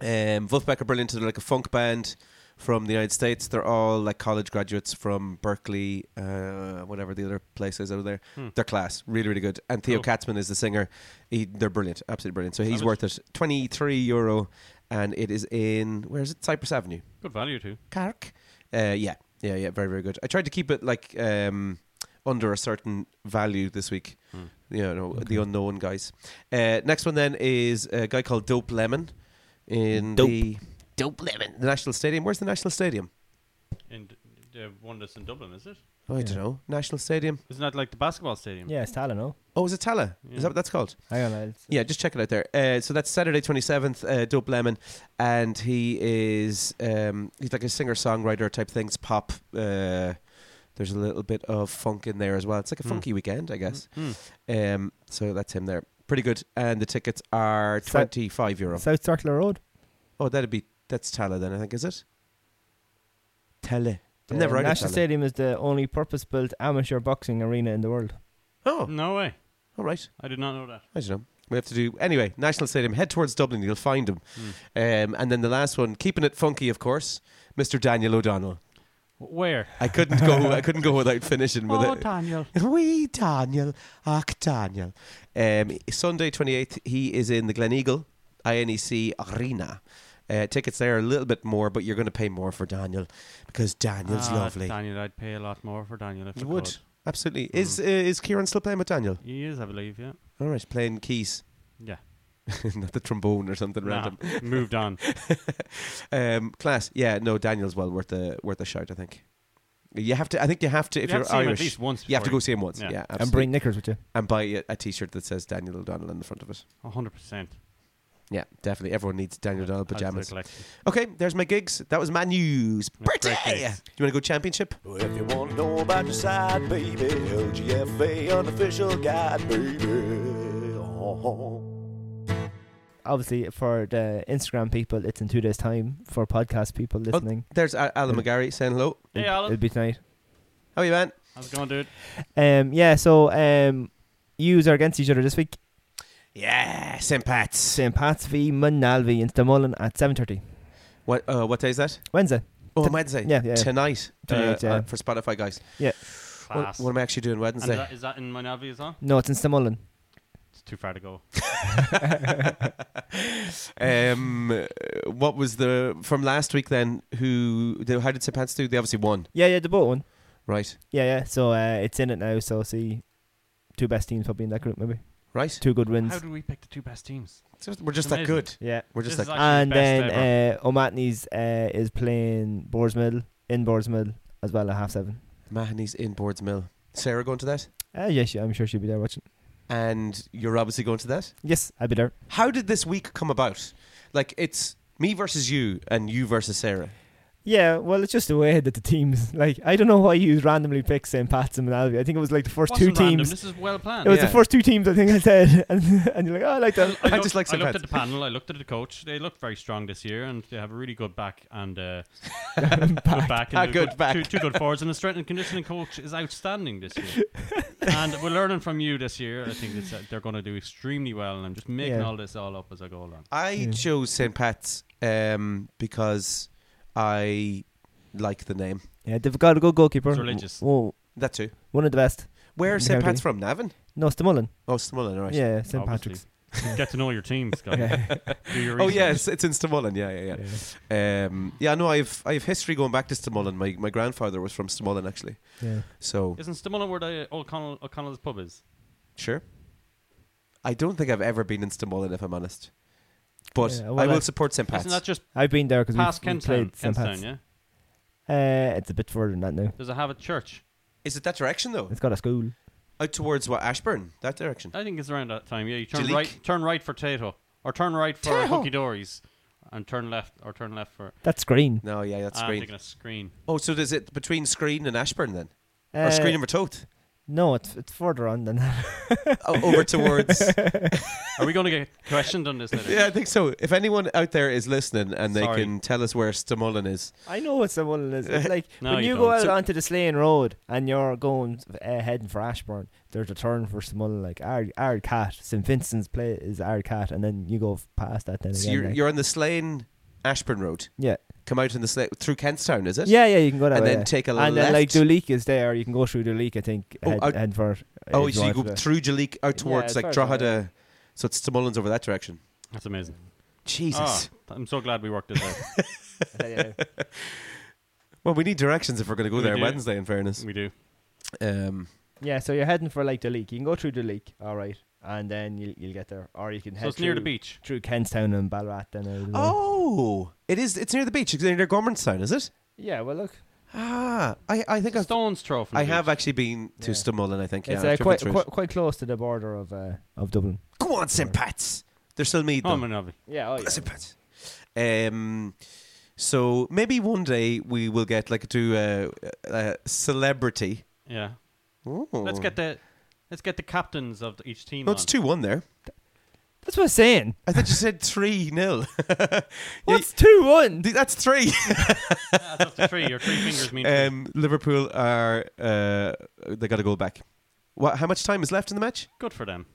Speaker 3: Um, Wolfpack are brilliant. They're like a funk band from the United States. They're all like college graduates from Berkeley, uh, whatever the other places out there.
Speaker 2: Hmm.
Speaker 3: They're class, really, really good. And Theo
Speaker 2: Cool.
Speaker 3: Katzman is the singer. He, they're brilliant, absolutely brilliant. So he's
Speaker 2: much?
Speaker 3: worth it. Twenty three euro, and it is in where is it? Cypress Avenue,
Speaker 2: good value too.
Speaker 3: Carrick. Uh, yeah, yeah, yeah. Very, very good. I tried to keep it like um, under a certain value this week.
Speaker 2: Hmm.
Speaker 3: You know, the unknown guys. Uh, next one then is a guy called Dope Lemon in
Speaker 4: Dope.
Speaker 3: the Dope Lemon, the National Stadium. Where's the National Stadium?
Speaker 2: In d- the one that's in Dublin, is it?
Speaker 3: Oh, I don't know. National Stadium.
Speaker 2: Isn't that like the basketball stadium?
Speaker 4: Yeah, it's Talano.
Speaker 3: Oh, is it Tala? Is that what that's called?
Speaker 4: Hang on, I'll-
Speaker 3: Yeah, just check it out there. Uh, so that's Saturday twenty seventh, uh, Dope Lemon, and he is um, he's like a singer songwriter type thing. It's pop. Uh, there's a little bit of funk in there as well. It's like a
Speaker 2: Hmm.
Speaker 3: funky weekend, I guess.
Speaker 2: Hmm.
Speaker 3: Um, so that's him there. Pretty good. And the tickets are
Speaker 4: So-
Speaker 3: twenty five euro.
Speaker 4: South Circular Road.
Speaker 3: oh, that'd be that's Tala then. I think is it. Tala.
Speaker 4: The
Speaker 3: I've never heard of
Speaker 4: Uh, National
Speaker 3: Tala.
Speaker 4: Stadium is the only purpose-built amateur boxing arena in the world.
Speaker 3: Oh,
Speaker 2: No way.
Speaker 3: all right.
Speaker 2: I did not know that.
Speaker 3: I don't know. We have to do anyway. National Stadium. Head towards Dublin. You'll find him.
Speaker 2: Hmm.
Speaker 3: Um, and then the last one, keeping it funky, of course, Mr. Daniel O'Donnell.
Speaker 2: Where?
Speaker 3: I couldn't go. I couldn't go without finishing with it.
Speaker 2: Oh, Daniel.
Speaker 3: Wee Daniel, ach Daniel. Um, Sunday twenty eighth, he is in the Glen Eagle, INEC Arena. Uh, tickets there are a little bit more, but you're going to pay more for Daniel because Daniel's lovely.
Speaker 2: Ah, Daniel, I'd pay a lot more for Mm. Daniel if I
Speaker 3: You would
Speaker 2: could.
Speaker 3: absolutely. Is uh, is Kieran still playing with Daniel?
Speaker 2: He is, I believe. Yeah.
Speaker 3: All right, playing keys,
Speaker 2: Yeah.
Speaker 3: not the trombone or something
Speaker 2: Nah,
Speaker 3: random.
Speaker 2: moved on.
Speaker 3: Um, class, yeah, no, Daniel's well worth a worth a shout. I think you have to. I think you have to if
Speaker 2: You have
Speaker 3: are
Speaker 2: to see him at
Speaker 3: Irish.
Speaker 2: least once
Speaker 3: you have to
Speaker 2: before
Speaker 3: go
Speaker 2: you-
Speaker 3: see him once. Yeah,
Speaker 2: yeah.
Speaker 3: absolutely.
Speaker 4: And bring knickers with you.
Speaker 3: and buy a, a T-shirt that says Daniel O'Donnell on the front of it.
Speaker 2: hundred percent.
Speaker 3: Yeah, definitely. Everyone needs Daniel O'Donnell pajamas. Okay, there's my gigs. That was my news.
Speaker 2: That's
Speaker 3: Bertie,
Speaker 2: great
Speaker 3: do you
Speaker 2: gigs.
Speaker 3: want to go championship?
Speaker 5: Well, If you want to know about your side, baby, LGFA unofficial guide, baby. Oh.
Speaker 4: Obviously, for the Instagram people, it's in two days' time. For podcast people
Speaker 3: Oh,
Speaker 4: listening,
Speaker 3: there's Al- Alan McGarry saying hello.
Speaker 2: Hey,
Speaker 4: it'll-
Speaker 2: Alan.
Speaker 4: it'll be tonight.
Speaker 3: How you man?
Speaker 2: How's it going, dude?
Speaker 4: Um, yeah. So, um, yous are against each other this week.
Speaker 3: Yeah, St. Pat's.
Speaker 4: St. Pat's v Munalvy in Stamullen at seven thirty
Speaker 3: What? Uh, what day is that?
Speaker 4: Wednesday.
Speaker 3: Oh,
Speaker 4: T-
Speaker 3: Wednesday.
Speaker 4: yeah, yeah.
Speaker 3: Tonight.
Speaker 4: Tonight,
Speaker 3: uh,
Speaker 4: yeah.
Speaker 3: uh, for Spotify guys. What,
Speaker 2: Class.
Speaker 3: what am I actually doing
Speaker 2: and
Speaker 3: Wednesday?
Speaker 2: that, is that in my navi as well?
Speaker 4: No, it's in Stamullen.
Speaker 2: It's too far to go.
Speaker 3: um, uh, what was the from last week then? Who? the- How did St. Pat's do? They obviously won,
Speaker 4: Yeah, yeah, the boat one.
Speaker 3: right?
Speaker 4: Yeah, yeah. So uh, it's in it now. So see, two best teams probably in that group maybe.
Speaker 3: right?
Speaker 4: Two good wins.
Speaker 2: How did we pick the two best teams?
Speaker 3: So We're just
Speaker 2: It's
Speaker 3: that
Speaker 2: amazing.
Speaker 3: good.
Speaker 4: yeah.
Speaker 3: We're just
Speaker 2: This
Speaker 3: that.
Speaker 2: is actually
Speaker 4: And
Speaker 2: the best ever.
Speaker 4: then uh, O'Matney's uh, is playing Borsmill in Borsmill as well at half seven.
Speaker 3: Mahoney's in Boards Mill. Sarah going to that,
Speaker 4: Uh, yes, yeah, I'm sure she'll be there watching.
Speaker 3: and you're obviously going to that.
Speaker 4: Yes, I'll be there.
Speaker 3: How did this week come about? Like it's me versus you, and you versus Sarah.
Speaker 4: Yeah, well, it's just the way that the teams like. I don't know why you randomly picked St. Pat's and Albion. I think it was like the 1st two
Speaker 2: Wasn't random,
Speaker 4: teams.
Speaker 2: This is well planned.
Speaker 4: It was
Speaker 3: Yeah.
Speaker 4: the first two teams I think I said, and, and you're like, oh, I like
Speaker 2: I,
Speaker 4: that.
Speaker 2: I
Speaker 3: I
Speaker 2: looked,
Speaker 3: just like
Speaker 2: I
Speaker 3: St.
Speaker 2: looked
Speaker 3: Pat's.
Speaker 2: at the panel. I looked at the coach. They looked very strong this year, and they have a really good back and uh, good back. And
Speaker 3: A
Speaker 2: they've
Speaker 3: good
Speaker 2: got
Speaker 3: back.
Speaker 2: Two, two good forwards, and the strength and conditioning coach is outstanding this year. and we're learning from you this year. I think it's, uh, they're going to do extremely well, and I'm just making
Speaker 4: Yeah.
Speaker 2: all this all up as I go along.
Speaker 3: I chose St. Pat's um, because I like the name.
Speaker 4: Yeah, they've got a good goalkeeper.
Speaker 2: It's religious.
Speaker 4: Oh,
Speaker 3: That too.
Speaker 4: one of the best.
Speaker 3: Where
Speaker 4: In
Speaker 3: is
Speaker 4: the
Speaker 3: St.
Speaker 4: county.
Speaker 3: Pat's from? Navan?
Speaker 4: No, Stamullen.
Speaker 3: Oh, Stamullen, all right.
Speaker 4: Yeah, St.
Speaker 2: obviously.
Speaker 4: Patrick's.
Speaker 2: Get to know your team, Scott. Do your
Speaker 3: Oh
Speaker 2: research.
Speaker 3: yeah, it's, it's in Stamullen. Yeah, yeah, yeah. Um, yeah, no, I've I have history going back to Stamullen. My my grandfather was from Stamullen actually.
Speaker 4: Yeah.
Speaker 3: So
Speaker 2: Isn't Stamullen where the O'Connell, O'Connell's pub is?
Speaker 3: sure. I don't think I've ever been in Stamullen if I'm honest, but
Speaker 4: Yeah, well,
Speaker 3: I will
Speaker 4: I-
Speaker 3: support St. Pat's.
Speaker 2: Isn't that just
Speaker 4: I've been there because
Speaker 2: past
Speaker 4: we've, we
Speaker 2: Kentstown?
Speaker 4: played St.
Speaker 2: Kentstown,
Speaker 4: Pat's.
Speaker 2: yeah.
Speaker 4: Uh, it's a bit further than that now.
Speaker 2: Does it have a church?
Speaker 3: Is it that direction though?
Speaker 4: It's got a school.
Speaker 3: Out towards what Ashburn? That direction.
Speaker 2: I think it's around that time. Yeah, you turn
Speaker 3: Delete.
Speaker 2: right, turn right for Tato, or turn right for
Speaker 3: Tato.
Speaker 2: Hooky Dories, and turn left, or turn left for. ah,
Speaker 4: That's green.
Speaker 3: No, yeah, that's
Speaker 2: I'm
Speaker 3: Screen.
Speaker 2: thinking of screen.
Speaker 3: Oh, so is it between Screen and Ashburn then,
Speaker 4: Uh,
Speaker 3: or Screen and Tote?
Speaker 4: No, it's it's further on than that.
Speaker 3: oh, over towards.
Speaker 2: Are we going to get questioned on this later?
Speaker 3: yeah, I think so. If anyone out there is listening and they
Speaker 2: Sorry.
Speaker 3: can tell us where Stamullen is,
Speaker 4: I know what Stamullen is. It's like
Speaker 2: No,
Speaker 4: when
Speaker 2: you
Speaker 4: you, go
Speaker 2: don't.
Speaker 4: out
Speaker 2: So-
Speaker 4: onto the Slane Road and you're going uh, heading for Ashburn, there's a turn for Stamullen. Like Ard Ard Cat, St Vincent's play is Ard Cat, and then you go f- past that. Then
Speaker 3: so
Speaker 4: again,
Speaker 3: you're,
Speaker 4: like-
Speaker 3: you're on the Slane Ashburn Road.
Speaker 4: yeah.
Speaker 3: Come out in the Slane through Kentstown, is it?
Speaker 4: Yeah, yeah, you can go that
Speaker 3: And
Speaker 4: way,
Speaker 3: then
Speaker 4: yeah.
Speaker 3: take a
Speaker 4: and then like
Speaker 3: left.
Speaker 4: Duleek is there. You can go through Duleek, I think.
Speaker 3: Oh,
Speaker 4: head,
Speaker 3: out-
Speaker 4: head for. uh,
Speaker 3: Oh,
Speaker 4: if
Speaker 3: so you
Speaker 4: want
Speaker 3: go
Speaker 4: to the-
Speaker 3: through Jalik out
Speaker 4: Yeah,
Speaker 3: towards
Speaker 4: as
Speaker 3: like
Speaker 4: far as I
Speaker 3: Drogheda. So it's Stamullen's over that direction.
Speaker 2: That's amazing.
Speaker 3: Jesus.
Speaker 2: Ah, I'm so glad we worked this out.
Speaker 4: I tell you now.
Speaker 3: Well, we need directions if we're going to go
Speaker 2: We
Speaker 3: there
Speaker 2: do.
Speaker 3: Wednesday. In fairness,
Speaker 2: we do.
Speaker 3: um,
Speaker 4: yeah, so you're heading for like Duleek. You can go through Duleek, all right, and then you'll, you'll get there, or you can head.
Speaker 2: So it's near the
Speaker 4: through-
Speaker 2: beach.
Speaker 4: through Kenstown and Ballarat. Then as well.
Speaker 3: oh, it is. It's near the beach. It's near Gormanstown, is it?
Speaker 4: yeah. Well, look,
Speaker 3: Ah, I, I think I've,
Speaker 2: Stones throw from
Speaker 3: I
Speaker 2: the
Speaker 3: have
Speaker 2: beach.
Speaker 3: actually been to
Speaker 4: Yeah.
Speaker 3: Stamullen. I think.
Speaker 4: it's
Speaker 3: yeah,
Speaker 4: uh,
Speaker 3: I've driven
Speaker 4: quite,
Speaker 3: through it.
Speaker 4: quite quite close to the border of uh, of Dublin.
Speaker 3: Go on, St. Pat's. They're still mead
Speaker 2: Oh,
Speaker 3: though.
Speaker 2: Manovi.
Speaker 4: Yeah. Oh, yeah.
Speaker 3: St. Pat's. Um, so maybe one day we will get like to uh, uh, celebrity.
Speaker 2: Yeah.
Speaker 3: Ooh.
Speaker 2: Let's get the let's get the captains of each team.
Speaker 3: No, it's
Speaker 2: on.
Speaker 3: Oh. two one there.
Speaker 4: That's what I'm saying.
Speaker 3: I thought you said three nil.
Speaker 4: What's two one?
Speaker 3: That's three.
Speaker 2: That's up to Ah, three. Your three fingers mean. three.
Speaker 3: Um, Liverpool are uh, they got to go back. What? How much time is left in the match?
Speaker 2: Good for them.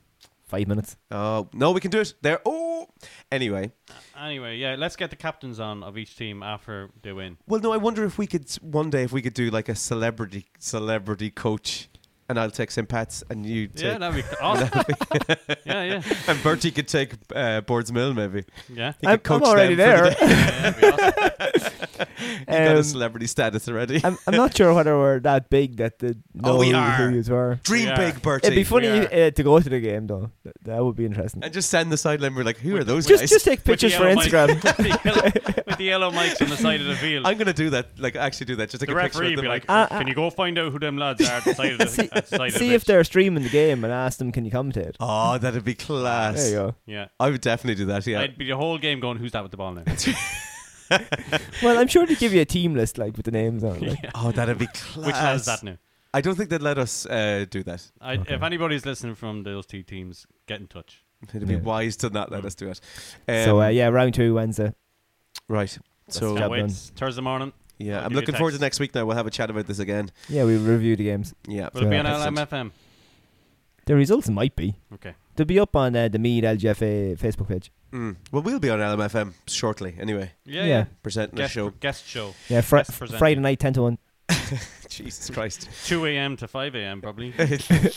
Speaker 4: Five minutes.
Speaker 3: Oh no, we can do it. There. Oh, anyway.
Speaker 2: Anyway, yeah, let's get the captains on of each team after they win.
Speaker 3: Well, no, I wonder if we could one day if we could do like a celebrity celebrity coach, and I'll take St. Pat's, and you take,
Speaker 2: Yeah, that'd be awesome. yeah, yeah,
Speaker 3: and Bertie could take uh, Boards Mill maybe.
Speaker 2: yeah.
Speaker 3: He could
Speaker 4: I'm- I'm
Speaker 3: coach
Speaker 4: already
Speaker 3: them for the
Speaker 4: there.
Speaker 3: day.
Speaker 2: yeah that'd be awesome.
Speaker 3: He got a
Speaker 4: Um,
Speaker 3: celebrity status already.
Speaker 4: I'm, I'm not sure whether we're that big that the
Speaker 3: Oh,
Speaker 4: know
Speaker 3: we
Speaker 4: who-
Speaker 3: are.
Speaker 4: who yous were.
Speaker 3: Dream
Speaker 2: Yeah.
Speaker 3: big, Bertie.
Speaker 4: It'd be funny
Speaker 2: we
Speaker 4: uh, to go to the game though. Th- That would be interesting.
Speaker 3: and just send the sideline. We're like, who are those
Speaker 4: Just
Speaker 3: guys?
Speaker 4: just take
Speaker 2: With the
Speaker 4: pictures for
Speaker 2: yellow mic-
Speaker 4: Instagram.
Speaker 2: with, the yellow, with the yellow mics on the side of the field.
Speaker 3: I'm gonna do that. Like, actually do that. Just take
Speaker 2: the
Speaker 3: a picture
Speaker 2: referee
Speaker 3: of
Speaker 2: be
Speaker 3: them.
Speaker 2: like,
Speaker 4: Uh,
Speaker 2: "Can you go find out who them lads are at the side of the, at the, side of
Speaker 4: See if
Speaker 2: the pitch?"
Speaker 4: they're streaming the game and ask them, can you commentate?
Speaker 3: oh, that'd be class.
Speaker 4: There you go.
Speaker 2: Yeah.
Speaker 3: I would definitely do that. Yeah.
Speaker 2: I'd be the whole game going, "Who's that with the ball now?"
Speaker 4: Well, I'm sure they give you a team list like with the names on. it, Like.
Speaker 3: Oh, that'd be class.
Speaker 2: Which has that now?
Speaker 3: I don't think they'd let us uh, do that.
Speaker 2: I, If anybody's listening from those two teams, get in touch.
Speaker 3: It'd be
Speaker 4: Yeah.
Speaker 3: wise to not
Speaker 2: Mm.
Speaker 3: let us do it. Um,
Speaker 4: so uh, yeah, round two Wednesday.
Speaker 3: right. So
Speaker 2: Can't
Speaker 4: job
Speaker 2: wait.
Speaker 4: done.
Speaker 2: Thursday morning.
Speaker 3: yeah,
Speaker 2: I'll
Speaker 3: I'm
Speaker 2: give you a
Speaker 3: looking forward to
Speaker 2: text.
Speaker 3: next week. Now we'll have a chat about this again.
Speaker 4: Yeah, we review the games.
Speaker 3: Yeah.
Speaker 2: Will it be on
Speaker 3: Excellent.
Speaker 2: LMFM?
Speaker 4: The results might be.
Speaker 2: Okay.
Speaker 4: They'll be up on uh, the Mead LGFA Facebook page.
Speaker 3: Mm. Well, we'll be on LMFM shortly. Anyway,
Speaker 2: Yeah,
Speaker 4: Yeah.
Speaker 2: yeah.
Speaker 3: presenting the
Speaker 2: Guest
Speaker 3: show.
Speaker 2: guest show.
Speaker 4: Yeah, fr-
Speaker 2: Best presenter.
Speaker 4: Friday night, ten to one.
Speaker 3: Jesus Christ.
Speaker 2: Two a.m. to five a.m. Probably.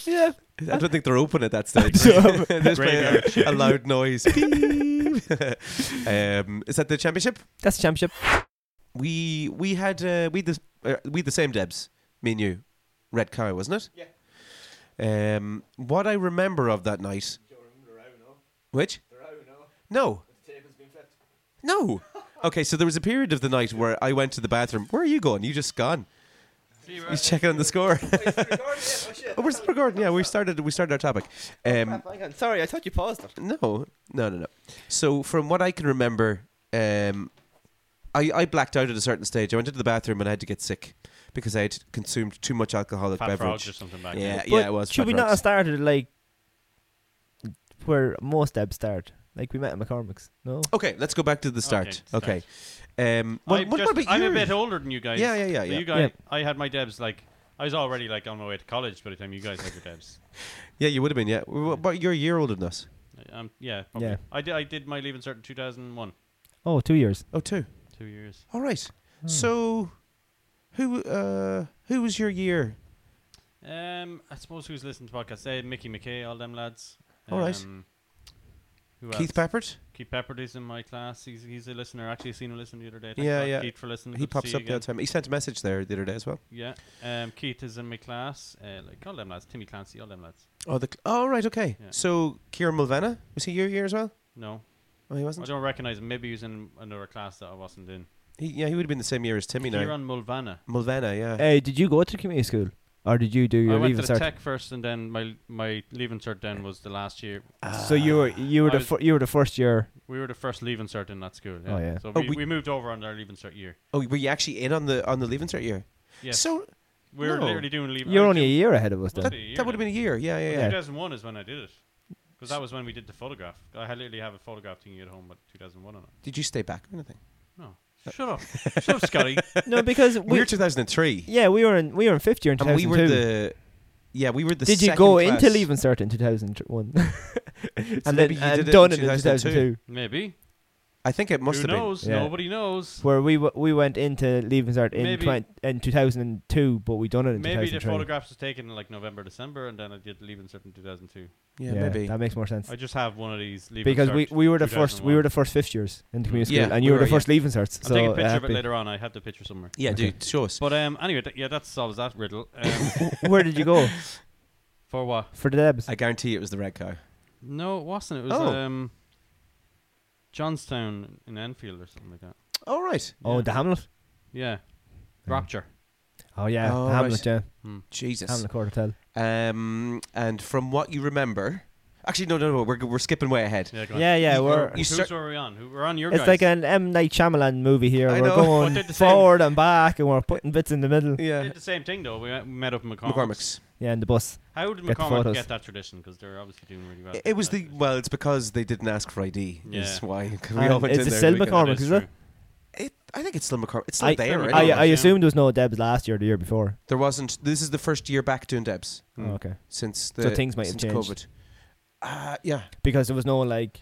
Speaker 4: Yeah,
Speaker 3: I don't think they're open at that stage.
Speaker 4: So-
Speaker 3: There's
Speaker 2: Graveyard
Speaker 3: probably a, a loud noise. Beep. um, is that the championship?
Speaker 4: that's the championship.
Speaker 3: We we had uh, we the uh, we the same Debs, me and you, red cow, wasn't it? Yeah. Um, what I remember of that night Which? No. No. Okay, so there was a period of the night where I went to the bathroom. Where are you going? You just gone. He's checking on the score. Oh, we're still recording. Yeah, we started. We started our topic. Um,
Speaker 4: Sorry, I thought you paused it.
Speaker 3: no, no, no, no. So from what I can remember, um, I I blacked out at a certain stage. I went into the bathroom and I had to get sick because I had consumed too much alcoholic
Speaker 2: Fat frogs
Speaker 3: beverage.
Speaker 2: or something back
Speaker 3: Yeah,
Speaker 2: then.
Speaker 3: yeah, it was.
Speaker 4: Should
Speaker 3: Fat
Speaker 4: we not
Speaker 3: Frogs.
Speaker 4: have started like where most Debs start? Like we met at McCormick's. No.
Speaker 3: Okay, let's go back to the start. Okay.
Speaker 2: Okay,
Speaker 3: Um, what,
Speaker 2: I'm,
Speaker 3: what,
Speaker 2: just-
Speaker 3: what about
Speaker 2: I'm a
Speaker 3: your-
Speaker 2: bit older than you guys.
Speaker 3: Yeah, yeah, yeah,
Speaker 2: So
Speaker 3: yeah.
Speaker 2: You guys,
Speaker 4: Yeah.
Speaker 2: I had my debs like I was already like on my way to college by the time you guys had your debs.
Speaker 3: Yeah, you would have been. Yeah, Wh- but you're a year older than us.
Speaker 2: Um, yeah, probably.
Speaker 4: Yeah.
Speaker 2: I did. I did my leaving cert in 2001.
Speaker 4: Oh, two years.
Speaker 3: Oh, two.
Speaker 2: Two years.
Speaker 3: All right. So, who uh who was your year?
Speaker 2: Um, I suppose who's listening to podcasts? Eh, Mickey McKay, all them lads.
Speaker 3: All right.
Speaker 2: Um, who
Speaker 3: Keith
Speaker 2: else?
Speaker 3: Peppert.
Speaker 2: Keith Peppard is in my class. He's, he's a listener. Actually, I seen him listen the other day. Thanks
Speaker 3: Yeah,
Speaker 2: a lot,
Speaker 3: yeah.
Speaker 2: Keith for listening.
Speaker 3: He
Speaker 2: Good to
Speaker 3: pops
Speaker 2: see you
Speaker 3: up the
Speaker 2: again.
Speaker 3: other time. He sent a message there the other day as well.
Speaker 2: Yeah. Um, Keith is in my class. Uh, like all them lads, Timmy Clancy, all them lads.
Speaker 3: Oh, the oh right, okay.
Speaker 2: Yeah.
Speaker 3: So Kieran Mulvena was he your year as well?
Speaker 2: No,
Speaker 3: Oh, he
Speaker 2: I
Speaker 3: wasn't.
Speaker 2: don't recognize him. Maybe he's in another class that I wasn't in.
Speaker 3: He, yeah, he would have been the same year as Timmy now.
Speaker 2: Kieran Mulvana.
Speaker 3: Mulvena, yeah.
Speaker 4: Hey, Uh, did you go to community school or did you do
Speaker 2: Uh, I
Speaker 4: your
Speaker 2: went to
Speaker 4: leaving
Speaker 2: the
Speaker 4: cert?
Speaker 2: tech first, and then my my leaving cert then was the last year.
Speaker 4: So you were you were
Speaker 2: I
Speaker 4: the
Speaker 2: was-
Speaker 4: fir- you were the first year.
Speaker 2: We were the first leaving cert in that school. Yeah.
Speaker 4: Oh, yeah.
Speaker 2: So
Speaker 3: Oh,
Speaker 2: we,
Speaker 3: we-
Speaker 2: we, moved over on our leaving cert year.
Speaker 3: Oh, were you actually in on the on the leaving cert year?
Speaker 2: Yes.
Speaker 3: So
Speaker 2: we were
Speaker 3: no.
Speaker 2: literally doing leaving.
Speaker 4: You're
Speaker 2: I
Speaker 4: only a
Speaker 2: did-
Speaker 4: year ahead of us
Speaker 2: Must
Speaker 4: then.
Speaker 2: be a year
Speaker 3: that would have
Speaker 2: then.
Speaker 3: been a year. Yeah, yeah, yeah.
Speaker 2: 2001 is when I did it. Because that was when we did the photograph. I had- literally have a photograph thingy at home with 2001 on it.
Speaker 3: Did you stay back or anything?
Speaker 2: No. Shut up. Shut up, Scotty.
Speaker 4: no, because
Speaker 3: We
Speaker 4: we
Speaker 3: were 2003.
Speaker 4: yeah we were in we were in fifth year in
Speaker 3: And we
Speaker 4: 2002.
Speaker 3: were the yeah we were the.
Speaker 4: did you
Speaker 3: second
Speaker 4: go
Speaker 3: class.
Speaker 4: into leaving cert in 2001 and then
Speaker 3: maybe you
Speaker 4: and
Speaker 3: did it
Speaker 4: done
Speaker 3: in
Speaker 4: it in
Speaker 3: 2002.
Speaker 4: 2002
Speaker 2: Maybe.
Speaker 3: I think it must
Speaker 2: Who
Speaker 3: have
Speaker 2: knows?
Speaker 4: Yeah.
Speaker 2: Nobody knows.
Speaker 4: where we w- we went into leaving cert in
Speaker 2: Maybe-
Speaker 4: 20, in 2002 but we done it in
Speaker 2: Maybe the
Speaker 4: 2003
Speaker 2: photographs was taken in like November, December, and then I did leaving cert in 2002.
Speaker 3: been. Yeah, maybe.
Speaker 4: that makes more sense
Speaker 2: I just have one of these leaving
Speaker 4: because
Speaker 2: cert
Speaker 4: we, we were the first we
Speaker 2: 2001.
Speaker 4: were the first fifth years in the community
Speaker 3: Yeah,
Speaker 4: school and
Speaker 3: we
Speaker 4: you were the
Speaker 3: were,
Speaker 4: first leaving certs
Speaker 2: I'll
Speaker 4: so
Speaker 2: take a picture
Speaker 4: uh,
Speaker 2: of it later on. I have the picture somewhere.
Speaker 3: Yeah,
Speaker 4: Okay.
Speaker 3: dude, show us.
Speaker 2: But um, anyway, th- yeah, that solves that riddle. Um,
Speaker 4: where did you go
Speaker 2: for what?
Speaker 4: for the debs
Speaker 3: I guarantee it was the red cow.
Speaker 2: No, it wasn't. It was
Speaker 3: Oh.
Speaker 2: um, Johnstown in Enfield or something like that.
Speaker 3: All right.
Speaker 4: oh
Speaker 2: yeah.
Speaker 4: the Hamlet
Speaker 2: Yeah. Rapture.
Speaker 4: oh yeah
Speaker 3: Oh,
Speaker 4: Hamlet
Speaker 3: right.
Speaker 4: yeah
Speaker 3: Jesus.
Speaker 4: Hamlet Court Hotel
Speaker 3: Um, and from what you remember, actually, no, no, no, we're, we're skipping way ahead.
Speaker 2: Yeah, go on.
Speaker 4: yeah yeah
Speaker 3: You-
Speaker 4: we're
Speaker 3: you
Speaker 2: Who's
Speaker 3: start-
Speaker 2: were we on? Who, we're on your
Speaker 4: it's
Speaker 2: guys.
Speaker 4: like an M Night Shyamalan movie here.
Speaker 3: I
Speaker 4: we're
Speaker 3: know.
Speaker 2: But
Speaker 4: going
Speaker 2: they're the same.
Speaker 4: forward and back, and we're putting bits in the middle.
Speaker 3: Yeah.
Speaker 2: did the same thing though. We met- we met up in McCormick's.
Speaker 3: McCormick's.
Speaker 4: Yeah, and the bus.
Speaker 2: How did
Speaker 4: Get the
Speaker 2: McCormick
Speaker 4: photos.
Speaker 2: get that tradition? Because they're obviously doing really well.
Speaker 3: It- It was the well. It's because they didn't ask for ID. Is
Speaker 2: Yeah.
Speaker 3: why 'cause we
Speaker 4: And
Speaker 3: all went
Speaker 4: is
Speaker 3: in
Speaker 4: it
Speaker 3: there.
Speaker 4: still
Speaker 3: the weekend.
Speaker 4: McCormick? is it?
Speaker 3: It, I think it's still McCormick. It's still
Speaker 4: I-
Speaker 3: there.
Speaker 2: I-
Speaker 3: Anyway.
Speaker 4: I,
Speaker 2: Yeah.
Speaker 4: I assume there was no Debs last year, or the year before.
Speaker 3: there wasn't. This is the first year back doing Debs
Speaker 2: Mm.
Speaker 4: Oh, okay,
Speaker 3: since the
Speaker 4: So things might have
Speaker 3: since
Speaker 4: changed.
Speaker 3: COVID. Uh, yeah.
Speaker 4: because there was no like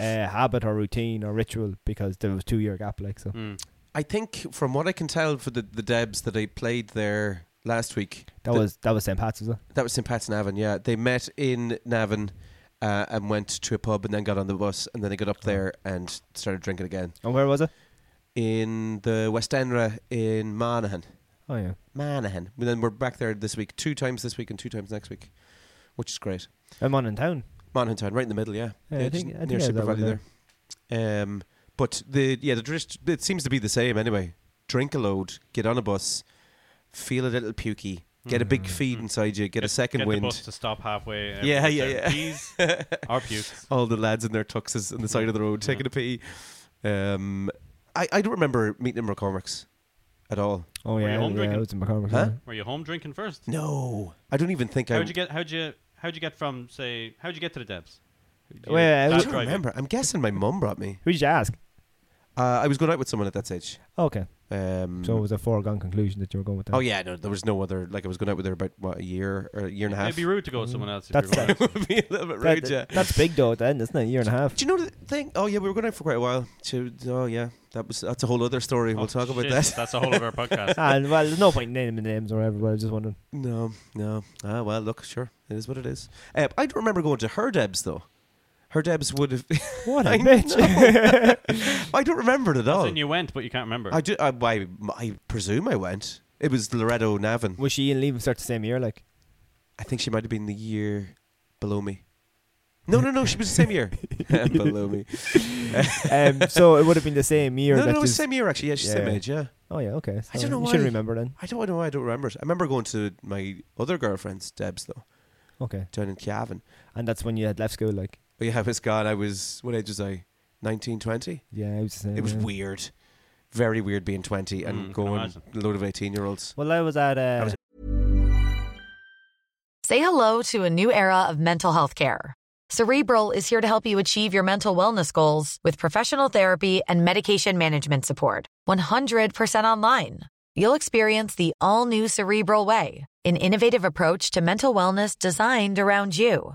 Speaker 4: uh, habit or routine or ritual because there was two year gap, like so.
Speaker 2: Mm.
Speaker 3: I think from what I can tell for the the Debs that I played there last week,
Speaker 4: That
Speaker 3: the-
Speaker 4: was that was St Pat's, was it?
Speaker 3: That was St. Pat's Navan, yeah. They met in Navan uh, and went to a pub and then got on the bus and then they got
Speaker 4: Oh.
Speaker 3: up there and started drinking again.
Speaker 4: And where was it?
Speaker 3: In the West Enra in Monaghan.
Speaker 4: Oh yeah,
Speaker 3: Monaghan. And then we're back there this week, two times this week and two times next week, which is great.
Speaker 4: I'm on in town.
Speaker 3: Monaghan Town, right in the middle, yeah.
Speaker 4: Yeah, I
Speaker 3: just
Speaker 4: think- I think
Speaker 3: near
Speaker 4: I was
Speaker 3: Super
Speaker 4: that one
Speaker 3: Valley there. Um, but the yeah, the drist, it seems to be the same anyway. Drink a load, get on a bus, feel a little pukey, get a big feed inside you, get, a second
Speaker 2: Mm-hmm, get
Speaker 3: wind.
Speaker 2: The bus to stop halfway. and
Speaker 3: Yeah,
Speaker 2: everyone's
Speaker 3: yeah,
Speaker 2: there.
Speaker 3: yeah.
Speaker 2: Peas or pukes.
Speaker 3: all the lads in their tuxes on the side of the road taking a pee. Um, I, I don't remember meeting him McCormick's at all.
Speaker 4: Oh
Speaker 2: you
Speaker 4: yeah,
Speaker 2: home
Speaker 4: yeah,
Speaker 2: drinking?
Speaker 4: it was in McCormick.
Speaker 3: Huh?
Speaker 4: wasn't
Speaker 2: Were you home drinking first?
Speaker 3: No, I don't even think I.
Speaker 2: How'd you get? How'd you? How'd you get from say? How'd you get to the Debs? How'd you-
Speaker 4: Well, I
Speaker 2: dad
Speaker 3: I
Speaker 4: was-
Speaker 3: don't
Speaker 2: driving?
Speaker 3: remember. I'm guessing my mum brought me.
Speaker 4: it? Who did you ask?
Speaker 3: Uh, I was going out with someone at that stage.
Speaker 4: Okay,
Speaker 3: Um,
Speaker 4: so it was a foregone conclusion that you were going with that.
Speaker 3: oh yeah, no, there was no other. Like I was going out with her about what a year or a year and a half.
Speaker 2: It'd be rude to go with someone else. If
Speaker 4: That's
Speaker 2: you're going out.
Speaker 3: Would be a little bit
Speaker 4: That-
Speaker 3: rude, yeah.
Speaker 4: that's big though. Then isn't it? A year and a half.
Speaker 3: Do you know the thing? Oh yeah, we were going out for quite a while. To, oh yeah, that was that's a whole other story.
Speaker 2: Oh,
Speaker 3: we'll talk about
Speaker 2: shit,
Speaker 3: that.
Speaker 2: That's a whole other podcast.
Speaker 4: Ah, well, there's no point in naming names or whatever. But I was just wondering.
Speaker 3: No, no. Ah, well, look, sure, it is what it is. Uh, I don't remember going to her Debs though. Her Debs would have.
Speaker 4: What a
Speaker 3: I
Speaker 4: bitch.
Speaker 3: I don't remember it at
Speaker 2: As
Speaker 3: all.
Speaker 2: in you went, but you can't remember.
Speaker 3: Oh. I do. I, I, I presume I went. It was Loretto Navin.
Speaker 4: Was she in leaving cert the same year? Like,
Speaker 3: I think she might have been the year below me. No, no, no. She was the same year. Below me.
Speaker 4: Um, so it would have been the same year.
Speaker 3: No,
Speaker 4: that
Speaker 3: no, it was
Speaker 4: this-
Speaker 3: same year actually. Yeah, she's the same
Speaker 4: Yeah.
Speaker 3: age. Yeah.
Speaker 4: Oh yeah, okay. So
Speaker 3: I don't know
Speaker 4: You
Speaker 3: why.
Speaker 4: should remember then.
Speaker 3: I don't know. I don't remember it. I remember going to my other girlfriend's Deb's though
Speaker 4: Okay,
Speaker 3: down in Cavan.
Speaker 4: and that's when you had left school. Like,
Speaker 3: But yeah, I was gone. I was what age was I? 19, 20?
Speaker 4: yeah, it was the same.
Speaker 3: It was
Speaker 4: yeah.
Speaker 3: weird, very weird being twenty
Speaker 2: Mm,
Speaker 3: and
Speaker 2: can
Speaker 3: going
Speaker 2: imagine.
Speaker 3: a load of eighteen year olds.
Speaker 4: Well, I was at. Uh,
Speaker 3: I was-
Speaker 6: Say hello to a new era of mental health care. Cerebral is here to help you achieve your mental wellness goals with professional therapy and medication management support. 100% online. You'll experience the all new Cerebral Way, an innovative approach to mental wellness designed around you.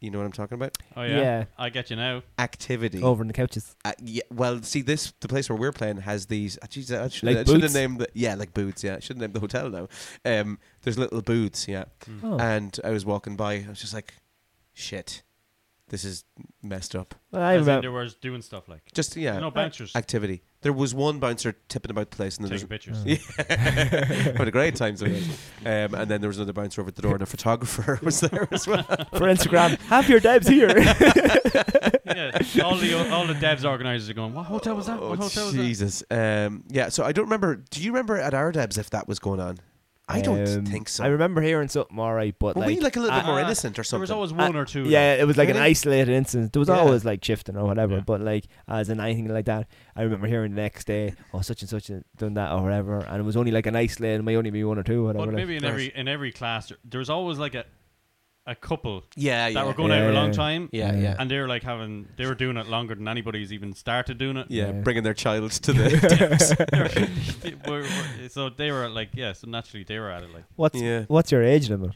Speaker 3: You know what I'm talking about?
Speaker 2: Oh yeah.
Speaker 4: Yeah.
Speaker 2: I get you now.
Speaker 3: Activity.
Speaker 4: over in the couches.
Speaker 3: Uh, yeah, well, see this the place where we're playing has these. Uh, geez, I should,
Speaker 4: Like
Speaker 3: I should have
Speaker 4: booths?
Speaker 3: named the, yeah, like boots. Yeah, I should have named the hotel now. Um, there's little booths. Yeah,
Speaker 4: Oh.
Speaker 3: and I was walking by. I was just like, shit, this is messed up.
Speaker 4: Well, I
Speaker 2: I
Speaker 4: remember.
Speaker 2: there was doing stuff like
Speaker 3: Just yeah,
Speaker 2: no bouncers
Speaker 3: activity. There was one bouncer tipping about the place, and then
Speaker 2: taking
Speaker 3: there's
Speaker 2: pictures.
Speaker 3: had a great time. so it was. Um, and then there was another bouncer over at the door, and a photographer was there as well.
Speaker 4: for Instagram. Have your dabs here.
Speaker 2: yeah, all the all the devs organizers are going. What hotel was that? What hotel was that?
Speaker 3: Oh, Jesus. Um, yeah. So I don't remember. Do you remember at our debs if that was going on? I don't
Speaker 4: Um,
Speaker 3: think so.
Speaker 4: I remember hearing something all right, but
Speaker 3: Were
Speaker 4: like,
Speaker 3: we like a little bit
Speaker 4: I-
Speaker 3: more
Speaker 2: Ah,
Speaker 3: innocent or
Speaker 2: There
Speaker 3: something?
Speaker 2: was always one or two.
Speaker 4: yeah, it was like an
Speaker 3: Really?
Speaker 4: isolated incident. There was
Speaker 3: Yeah.
Speaker 4: always like shifting or whatever,
Speaker 2: Yeah.
Speaker 4: but like as in anything like that, I remember hearing the next day, oh such and such has done that or whatever, and it was only like an isolated, it may only be one or two, whatever.
Speaker 2: But
Speaker 4: like.
Speaker 2: maybe in
Speaker 3: Nice.
Speaker 2: every in every class, there- there was always like a a couple
Speaker 3: yeah, yeah.
Speaker 2: that were going
Speaker 4: Yeah,
Speaker 2: out for a
Speaker 4: yeah,
Speaker 2: long
Speaker 4: yeah.
Speaker 2: time.
Speaker 3: yeah, yeah.
Speaker 2: And they were like having, they were doing it longer than anybody's even started doing it.
Speaker 3: yeah,
Speaker 4: Yeah.
Speaker 3: bringing their child to the.
Speaker 2: They were- were- so they were like, yeah, so naturally they were at it like,
Speaker 4: what's
Speaker 3: Yeah.
Speaker 4: what's your age limit?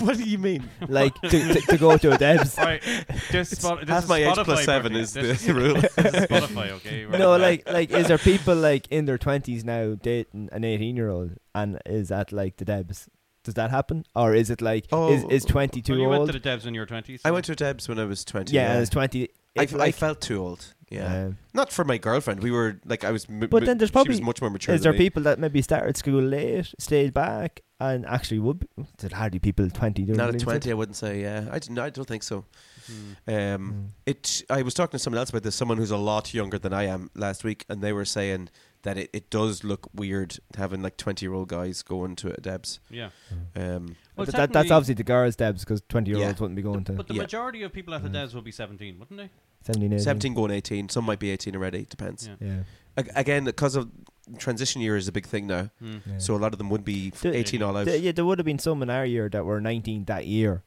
Speaker 3: what do you mean?
Speaker 4: Like to, to, to go to a debs?
Speaker 2: all right, this, spot, this
Speaker 3: Half
Speaker 2: is
Speaker 3: my
Speaker 2: Spotify
Speaker 3: age plus seven
Speaker 2: Bertie.
Speaker 3: is
Speaker 2: this,
Speaker 3: the rule.
Speaker 2: this is Spotify, okay? We're
Speaker 4: No,
Speaker 2: not-
Speaker 4: like like is there people like in their twenties now dating an eighteen year old and is at like the debs? Does that happen, or is it like is
Speaker 3: Oh.
Speaker 4: is twenty
Speaker 2: well,
Speaker 4: two
Speaker 2: you went
Speaker 4: old?
Speaker 2: to the devs in your 20s.
Speaker 3: I went to a debs when I was twenty.
Speaker 4: yeah, it's twenty.
Speaker 3: I,
Speaker 4: if,
Speaker 3: f- I
Speaker 4: like-
Speaker 3: felt too old. Yeah,
Speaker 4: Um,
Speaker 3: not for my girlfriend. We were like I was. M-
Speaker 4: But
Speaker 3: m-
Speaker 4: then there's
Speaker 3: she
Speaker 4: probably-
Speaker 3: was much more mature.
Speaker 4: is there
Speaker 3: than me.
Speaker 4: people that maybe started school late, stayed back, and actually would? Be, there's hardly people at twenty doing
Speaker 3: Not at
Speaker 4: it, is it?
Speaker 3: twenty, I wouldn't say. Yeah, I don't. I don't think so.
Speaker 2: Hmm.
Speaker 4: Mm.
Speaker 3: Um, It. I was talking to someone else about this. Someone who's a lot younger than I am last week, and they were saying that it, it does look weird having like twenty year old guys going to a debs.
Speaker 2: Yeah.
Speaker 3: Um,
Speaker 2: Well,
Speaker 4: But that, that's
Speaker 2: technically-
Speaker 4: obviously the girls' debs because twenty year olds
Speaker 3: Yeah.
Speaker 4: wouldn't be going to
Speaker 2: But the
Speaker 3: Yeah.
Speaker 2: majority of people at
Speaker 4: Mm-hmm.
Speaker 2: the devs will be 17, wouldn't they?
Speaker 4: 17, 18.
Speaker 3: Seventeen going eighteen. Some might be eighteen already. Depends.
Speaker 2: Yeah.
Speaker 4: Yeah.
Speaker 3: Ag- Again, because of transition year is a big thing now,
Speaker 2: Hmm.
Speaker 4: yeah.
Speaker 3: so a lot of them would be f-
Speaker 4: Do-
Speaker 3: eighteen all out.
Speaker 4: There- yeah, there would have been some in our year that were nineteen that year.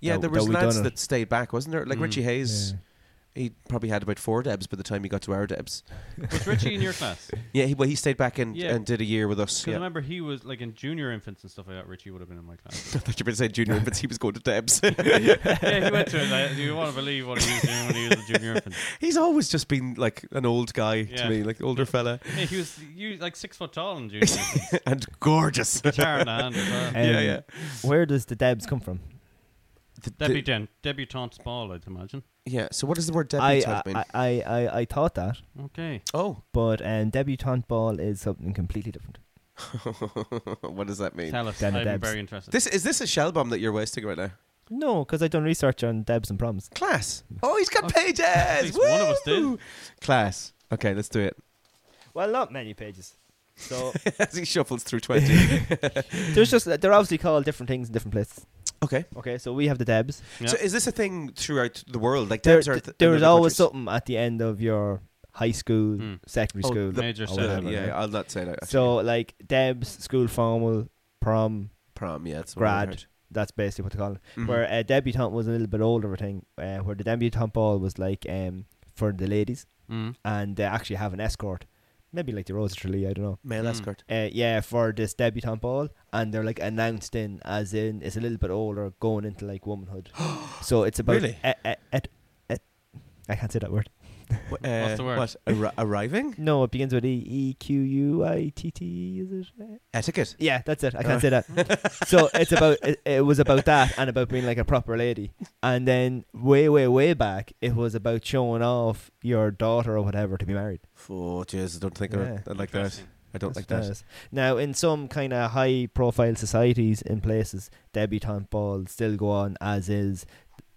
Speaker 3: yeah,
Speaker 4: that-
Speaker 3: there
Speaker 4: that
Speaker 3: was
Speaker 4: we
Speaker 3: lads
Speaker 4: done it.
Speaker 3: that stayed back, wasn't there? Like
Speaker 2: Mm.
Speaker 3: Richie Hayes, he probably had about four debs by the time he got to our debs.
Speaker 2: Was Richie in your class? Because
Speaker 3: Yeah, he, well, he stayed back and,
Speaker 2: Yeah.
Speaker 3: and did a year with us.
Speaker 2: I
Speaker 3: Yeah.
Speaker 2: remember he was like in junior infants and stuff like that. Richie would have been in my class.
Speaker 3: I thought you were going to say junior, but he was going to debs.
Speaker 2: yeah, he went to it. Like, you want to believe what he was doing when he was a junior infant.
Speaker 3: He's always just been like an old guy
Speaker 2: Yeah.
Speaker 3: to me, like older fella,
Speaker 2: Yeah, he was you was, like six foot tall in junior. infant.
Speaker 3: and gorgeous.
Speaker 2: Guitar in the hand as well.
Speaker 4: Um,
Speaker 3: yeah, yeah.
Speaker 4: Where does the debs come from?
Speaker 3: The- the-
Speaker 2: Debutant, debutante ball, I'd imagine.
Speaker 3: yeah. So what does the word
Speaker 4: I
Speaker 3: debutante
Speaker 4: I,
Speaker 3: mean?
Speaker 4: I, I, I I thought that,
Speaker 2: Okay.
Speaker 3: oh,
Speaker 4: but um, debutante ball is something completely different.
Speaker 3: what does that mean?
Speaker 2: Tell us.
Speaker 4: Then a
Speaker 2: I'm
Speaker 4: debs.
Speaker 2: very interested.
Speaker 3: This is this a shell bomb that you're wasting right now?
Speaker 4: No, because I done research on debs and proms.
Speaker 3: Class. Oh, he's got pages.
Speaker 2: least one of us did.
Speaker 3: Woo! Class. Okay, let's do it.
Speaker 4: Well, not many pages. So
Speaker 3: As he shuffles through twenty.
Speaker 4: there's just they're obviously called different things in different places.
Speaker 3: okay.
Speaker 4: Okay, so we have the debs.
Speaker 2: Yeah.
Speaker 3: So is this a thing throughout the world? Like
Speaker 4: there,
Speaker 3: debs are.
Speaker 4: th-
Speaker 3: th-
Speaker 4: there
Speaker 3: in
Speaker 4: was
Speaker 3: other
Speaker 4: always
Speaker 3: countries?
Speaker 4: something at the end of your high school,
Speaker 2: Hmm.
Speaker 4: secondary
Speaker 3: Oh,
Speaker 4: school.
Speaker 3: the-
Speaker 2: Major
Speaker 4: or
Speaker 2: stuff.
Speaker 4: whatever,
Speaker 2: something,
Speaker 3: yeah,
Speaker 4: yeah.
Speaker 3: I'll not say that. So
Speaker 4: So like debs, school formal, prom.
Speaker 3: prom. Yeah, that's what I
Speaker 4: grad.
Speaker 3: heard.
Speaker 4: That's basically what they call it.
Speaker 3: Mhm.
Speaker 4: Where a debutante was a little bit older of a thing, uh, where the debutante ball was like um for the ladies,
Speaker 2: Mm.
Speaker 4: and they actually have an escort, maybe like the Rose Tralee, I don't know.
Speaker 3: male
Speaker 2: Mm.
Speaker 3: escort.
Speaker 4: Uh, yeah, for this debutante ball, and they're like announced in as in it's a little bit older, going into like womanhood. so it's about
Speaker 3: Really?
Speaker 4: eh, eh, eh, eh, I can't say that word.
Speaker 3: Wh- uh,
Speaker 2: What's the word?
Speaker 3: What, arri- arriving?
Speaker 4: No, it begins with E E Q U I T T. Is it? Uh,
Speaker 3: Etiquette.
Speaker 4: Yeah, that's it. I can't say that. so it's about it, it was about that and about being like a proper lady. And then way, way, way back, it was about showing off your daughter or whatever to be married.
Speaker 3: Oh, jeez, I don't think
Speaker 4: Yeah.
Speaker 3: I, I like that.
Speaker 2: Interesting.
Speaker 3: I don't
Speaker 4: That's
Speaker 3: like
Speaker 4: what
Speaker 3: that.
Speaker 4: is. Now, in some kind of high-profile societies in places, debutante balls still go on as is.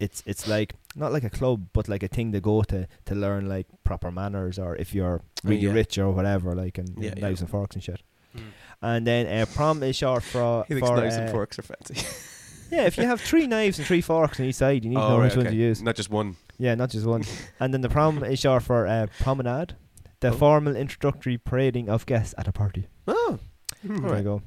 Speaker 4: It's it's like not like a club, but like a thing to go to to learn like proper manners, or if you're
Speaker 3: Oh,
Speaker 4: really
Speaker 3: yeah.
Speaker 4: rich or whatever, like and
Speaker 3: Yeah, yeah.
Speaker 4: knives and forks and shit.
Speaker 2: Mm.
Speaker 4: And then uh, prom is short for
Speaker 3: He thinks
Speaker 4: for,
Speaker 3: knives and
Speaker 4: uh,
Speaker 3: forks are fancy.
Speaker 4: Yeah, if you have three knives and three forks on each side, you need to know
Speaker 3: Oh, right,
Speaker 4: which one
Speaker 3: okay.
Speaker 4: to use.
Speaker 3: Not just one.
Speaker 4: Yeah, not just one. and then the prom is short for uh, promenade, the formal introductory parading of guests at a party.
Speaker 3: Oh,
Speaker 4: There you go.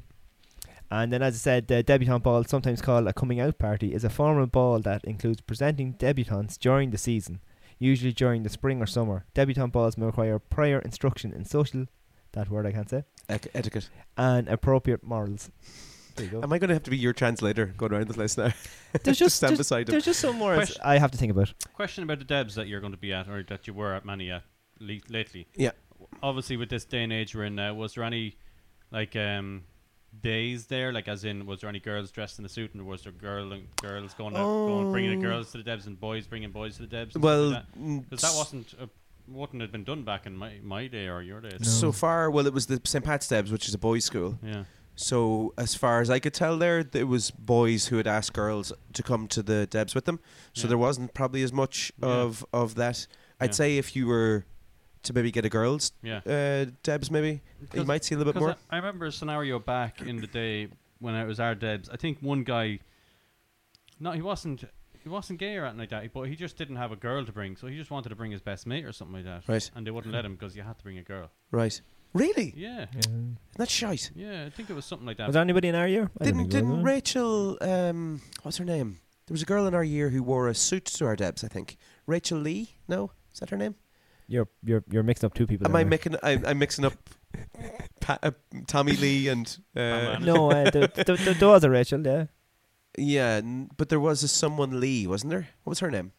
Speaker 4: And then, as I said, the debutante ball, sometimes called a coming out party, is a formal ball that includes presenting debutantes during the season, usually during the spring or summer. Debutante balls may require prior instruction in social. That word I can't say.
Speaker 3: ec- etiquette.
Speaker 4: and appropriate morals. There you go.
Speaker 3: Am I going to have to be your translator going around the place now?
Speaker 4: There's just
Speaker 3: stand
Speaker 4: there's,
Speaker 3: beside him.
Speaker 4: there's just some words
Speaker 2: Question-
Speaker 4: I have to think about.
Speaker 2: Question about the Debs that you're going to be at, or that you were at many at le- lately.
Speaker 3: Yeah.
Speaker 2: Obviously, with this day and age we're in now, was there any like um days there? Like, as in, was there any girls dressed in a suit, and was there girl and girls going out, going bringing the girls to the Debs, and boys bringing boys to the Debs?
Speaker 3: Um. Well,
Speaker 2: because
Speaker 3: mm,
Speaker 2: that. wasn't uh, wouldn't have been done back in my my day or your day.
Speaker 3: So far, well, it was the St. Pat's Debs, which is a boys' school.
Speaker 2: yeah.
Speaker 3: So as far as I could tell, there it was boys who had asked girls to come to the Debs with them. So
Speaker 2: Yeah.
Speaker 3: there wasn't probably as much
Speaker 2: Yeah.
Speaker 3: of of that. I'd
Speaker 2: Yeah.
Speaker 3: say if you were to maybe get a girls
Speaker 2: Yeah.
Speaker 3: uh, Debs, maybe you
Speaker 2: Because-
Speaker 3: might see a little bit
Speaker 2: Because
Speaker 3: more.
Speaker 2: I, I remember a scenario back in the day when it was our Debs. I think one guy, no, he wasn't, he wasn't gay or anything like that. But he just didn't have a girl to bring, so he just wanted to bring his best mate or something like that.
Speaker 3: Right.
Speaker 2: And they wouldn't let him because you had to bring a girl.
Speaker 3: right? Really?
Speaker 2: Yeah.
Speaker 4: Yeah.
Speaker 3: That's shite.
Speaker 2: Yeah, I think it was something like that.
Speaker 4: Was there anybody in our year? I don't
Speaker 3: Didn't
Speaker 4: think there
Speaker 3: didn't
Speaker 4: was.
Speaker 3: Rachel? Um, what's her name? There was a girl in our year who wore a suit to our Debs. I think Rachel Lee. No, is that her name?
Speaker 4: You're you're you're mixing up two people.
Speaker 3: Am
Speaker 4: there,
Speaker 3: I
Speaker 4: right?
Speaker 3: making? I'm, I'm mixing up. Pa- uh, Tommy Lee and uh,
Speaker 2: Pamela.
Speaker 4: No, uh, there, there, there- there was a Rachel. Yeah,
Speaker 3: Yeah, n- but there was a someone Lee, wasn't there? What was her name?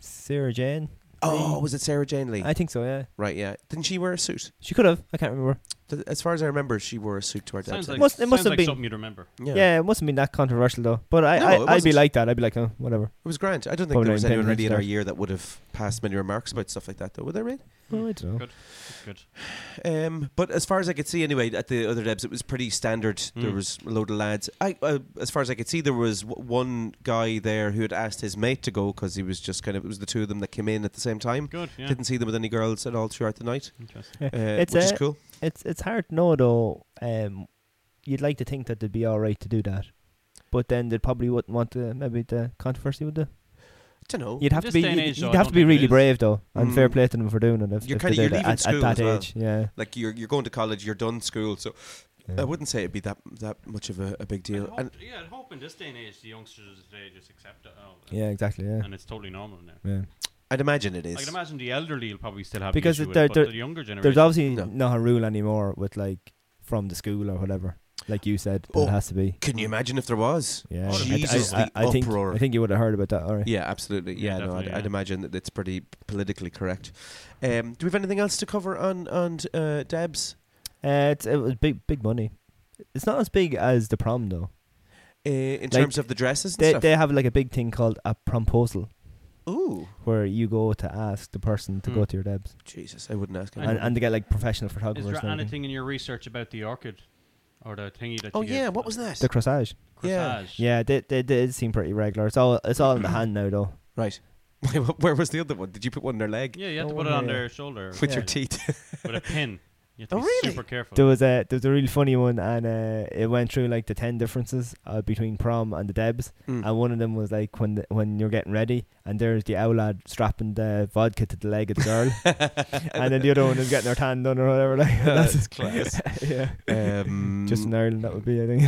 Speaker 4: Sarah Jane.
Speaker 3: Oh, was it Sarah Jane Lee?
Speaker 4: I think so. Yeah,
Speaker 3: right, yeah. Didn't she wear a suit?
Speaker 4: she could have. I can't remember.
Speaker 3: Th- As far as I remember, she wore a suit to our
Speaker 2: Sounds
Speaker 3: dad.
Speaker 2: like,
Speaker 4: Must- it must
Speaker 2: sounds
Speaker 4: have
Speaker 2: like
Speaker 4: been-
Speaker 2: something you'd remember.
Speaker 3: yeah.
Speaker 4: Yeah, it mustn't been that controversial though. But I,
Speaker 3: No, it
Speaker 4: I I'd be
Speaker 3: wasn't.
Speaker 4: like that. I'd be like, oh, whatever.
Speaker 3: it was grand. I don't think
Speaker 4: Probably
Speaker 3: there was
Speaker 4: not paying
Speaker 3: anyone really in our
Speaker 4: attention.
Speaker 3: year that would have passed many remarks about stuff like that, though. Would there, Ray?
Speaker 4: Oh, I don't know.
Speaker 2: Good. Good.
Speaker 3: Um, but as far as I could see, anyway, at the other Debs, it was pretty standard. There
Speaker 2: Mm.
Speaker 3: was a load of lads. I, uh, as far as I could see, there was w- one guy there who had asked his mate to go because he was just kind of it was the two of them that came in at the same time.
Speaker 2: Good. Yeah.
Speaker 3: Didn't see them with any girls at all throughout the night,
Speaker 2: Interesting.
Speaker 4: Yeah.
Speaker 3: uh,
Speaker 4: It's
Speaker 3: which
Speaker 4: a-
Speaker 3: is cool.
Speaker 4: It's it's hard to know though. Um, you'd like to think that they'd be all right to do that, but then they probably wouldn't want to. Maybe the controversy would they?
Speaker 3: don't know.
Speaker 4: You'd have
Speaker 2: This
Speaker 4: to be
Speaker 2: day and
Speaker 4: you'd,
Speaker 2: age, though,
Speaker 4: you'd
Speaker 2: I
Speaker 4: have to
Speaker 2: don't
Speaker 4: be
Speaker 2: think it
Speaker 4: really
Speaker 2: is.
Speaker 4: brave though, and fair
Speaker 3: Mm.
Speaker 4: play to them for doing it. If,
Speaker 3: You're
Speaker 4: if
Speaker 3: kinda-
Speaker 4: they
Speaker 3: you're
Speaker 4: did it
Speaker 3: leaving
Speaker 4: at,
Speaker 3: school
Speaker 4: at that
Speaker 3: as well.
Speaker 4: age. Yeah.
Speaker 3: like you're you're going to college, you're done school, so
Speaker 4: Yeah.
Speaker 3: I wouldn't say it'd be that that much of a, a big
Speaker 2: I'd
Speaker 3: deal.
Speaker 2: hope-
Speaker 3: And
Speaker 2: yeah, I'd hope in this day and age the youngsters today just accept it. Oh,
Speaker 4: Yeah. Exactly. Yeah.
Speaker 2: And it's totally normal now.
Speaker 4: Yeah.
Speaker 3: I'd imagine it
Speaker 2: I
Speaker 3: is.
Speaker 2: can imagine the elderly will probably still have the
Speaker 4: Because
Speaker 2: issue with
Speaker 4: there-
Speaker 2: it, but
Speaker 4: there-
Speaker 2: the younger
Speaker 4: There's
Speaker 2: generation.
Speaker 4: obviously
Speaker 3: No.
Speaker 4: not a rule anymore with like from the school or whatever. Like you said, that
Speaker 3: Oh.
Speaker 4: it has to be.
Speaker 3: Can you imagine if there was?
Speaker 4: Yeah.
Speaker 2: Oh,
Speaker 4: I-
Speaker 3: Jesus,
Speaker 4: I, I,
Speaker 3: the
Speaker 4: I think
Speaker 3: uproar.
Speaker 4: I think you would have heard about that. All right.
Speaker 3: Yeah, absolutely. Yeah,
Speaker 2: Yeah,
Speaker 3: no, I'd,
Speaker 2: definitely,
Speaker 3: I'd
Speaker 2: yeah.
Speaker 3: imagine that it's pretty politically correct. Um, do we have anything else to cover on on uh, Debs?
Speaker 4: Uh, it's it was big big money. It's not as big as the prom though.
Speaker 3: Uh, in
Speaker 4: Like,
Speaker 3: terms of the dresses and
Speaker 4: They
Speaker 3: stuff.
Speaker 4: they have like a big thing called a promposal
Speaker 3: Ooh,
Speaker 4: where you go to ask the person to go
Speaker 2: Mm.
Speaker 4: to your debs
Speaker 3: Jesus! I wouldn't ask.
Speaker 2: I
Speaker 4: and,
Speaker 3: Him.
Speaker 2: know.
Speaker 4: and they get like professional
Speaker 2: Is
Speaker 4: photographers.
Speaker 2: there
Speaker 4: and everything.
Speaker 2: anything in your research about the orchid or the thingy that?
Speaker 3: Oh
Speaker 2: you get,
Speaker 3: yeah, what was
Speaker 2: uh,
Speaker 3: that?
Speaker 4: The corsage.
Speaker 3: Yeah.
Speaker 2: Corsage.
Speaker 4: Yeah, they they did seem pretty regular. It's all it's all in the hand now though.
Speaker 3: right. Where was the other one? Did you put one in their leg
Speaker 2: Yeah, you have
Speaker 4: No
Speaker 2: to put it
Speaker 4: wonder,
Speaker 2: on
Speaker 4: yeah.
Speaker 2: their shoulder
Speaker 3: with your
Speaker 2: yeah,
Speaker 3: teeth?
Speaker 2: with a pin. You have to
Speaker 3: Oh,
Speaker 2: be
Speaker 3: really?
Speaker 2: super careful.
Speaker 4: There was a there was a really funny one, and uh, it went through like the ten differences uh, between prom and the Debs,
Speaker 2: Hmm.
Speaker 3: Mm.
Speaker 4: and one of them was like when the, when you're getting ready, and there's the owl lad strapping the vodka to the leg of the girl, and then the other one is getting her tan done or whatever. Like
Speaker 3: That's class.
Speaker 4: yeah,
Speaker 3: um,
Speaker 4: just in Ireland that would be I think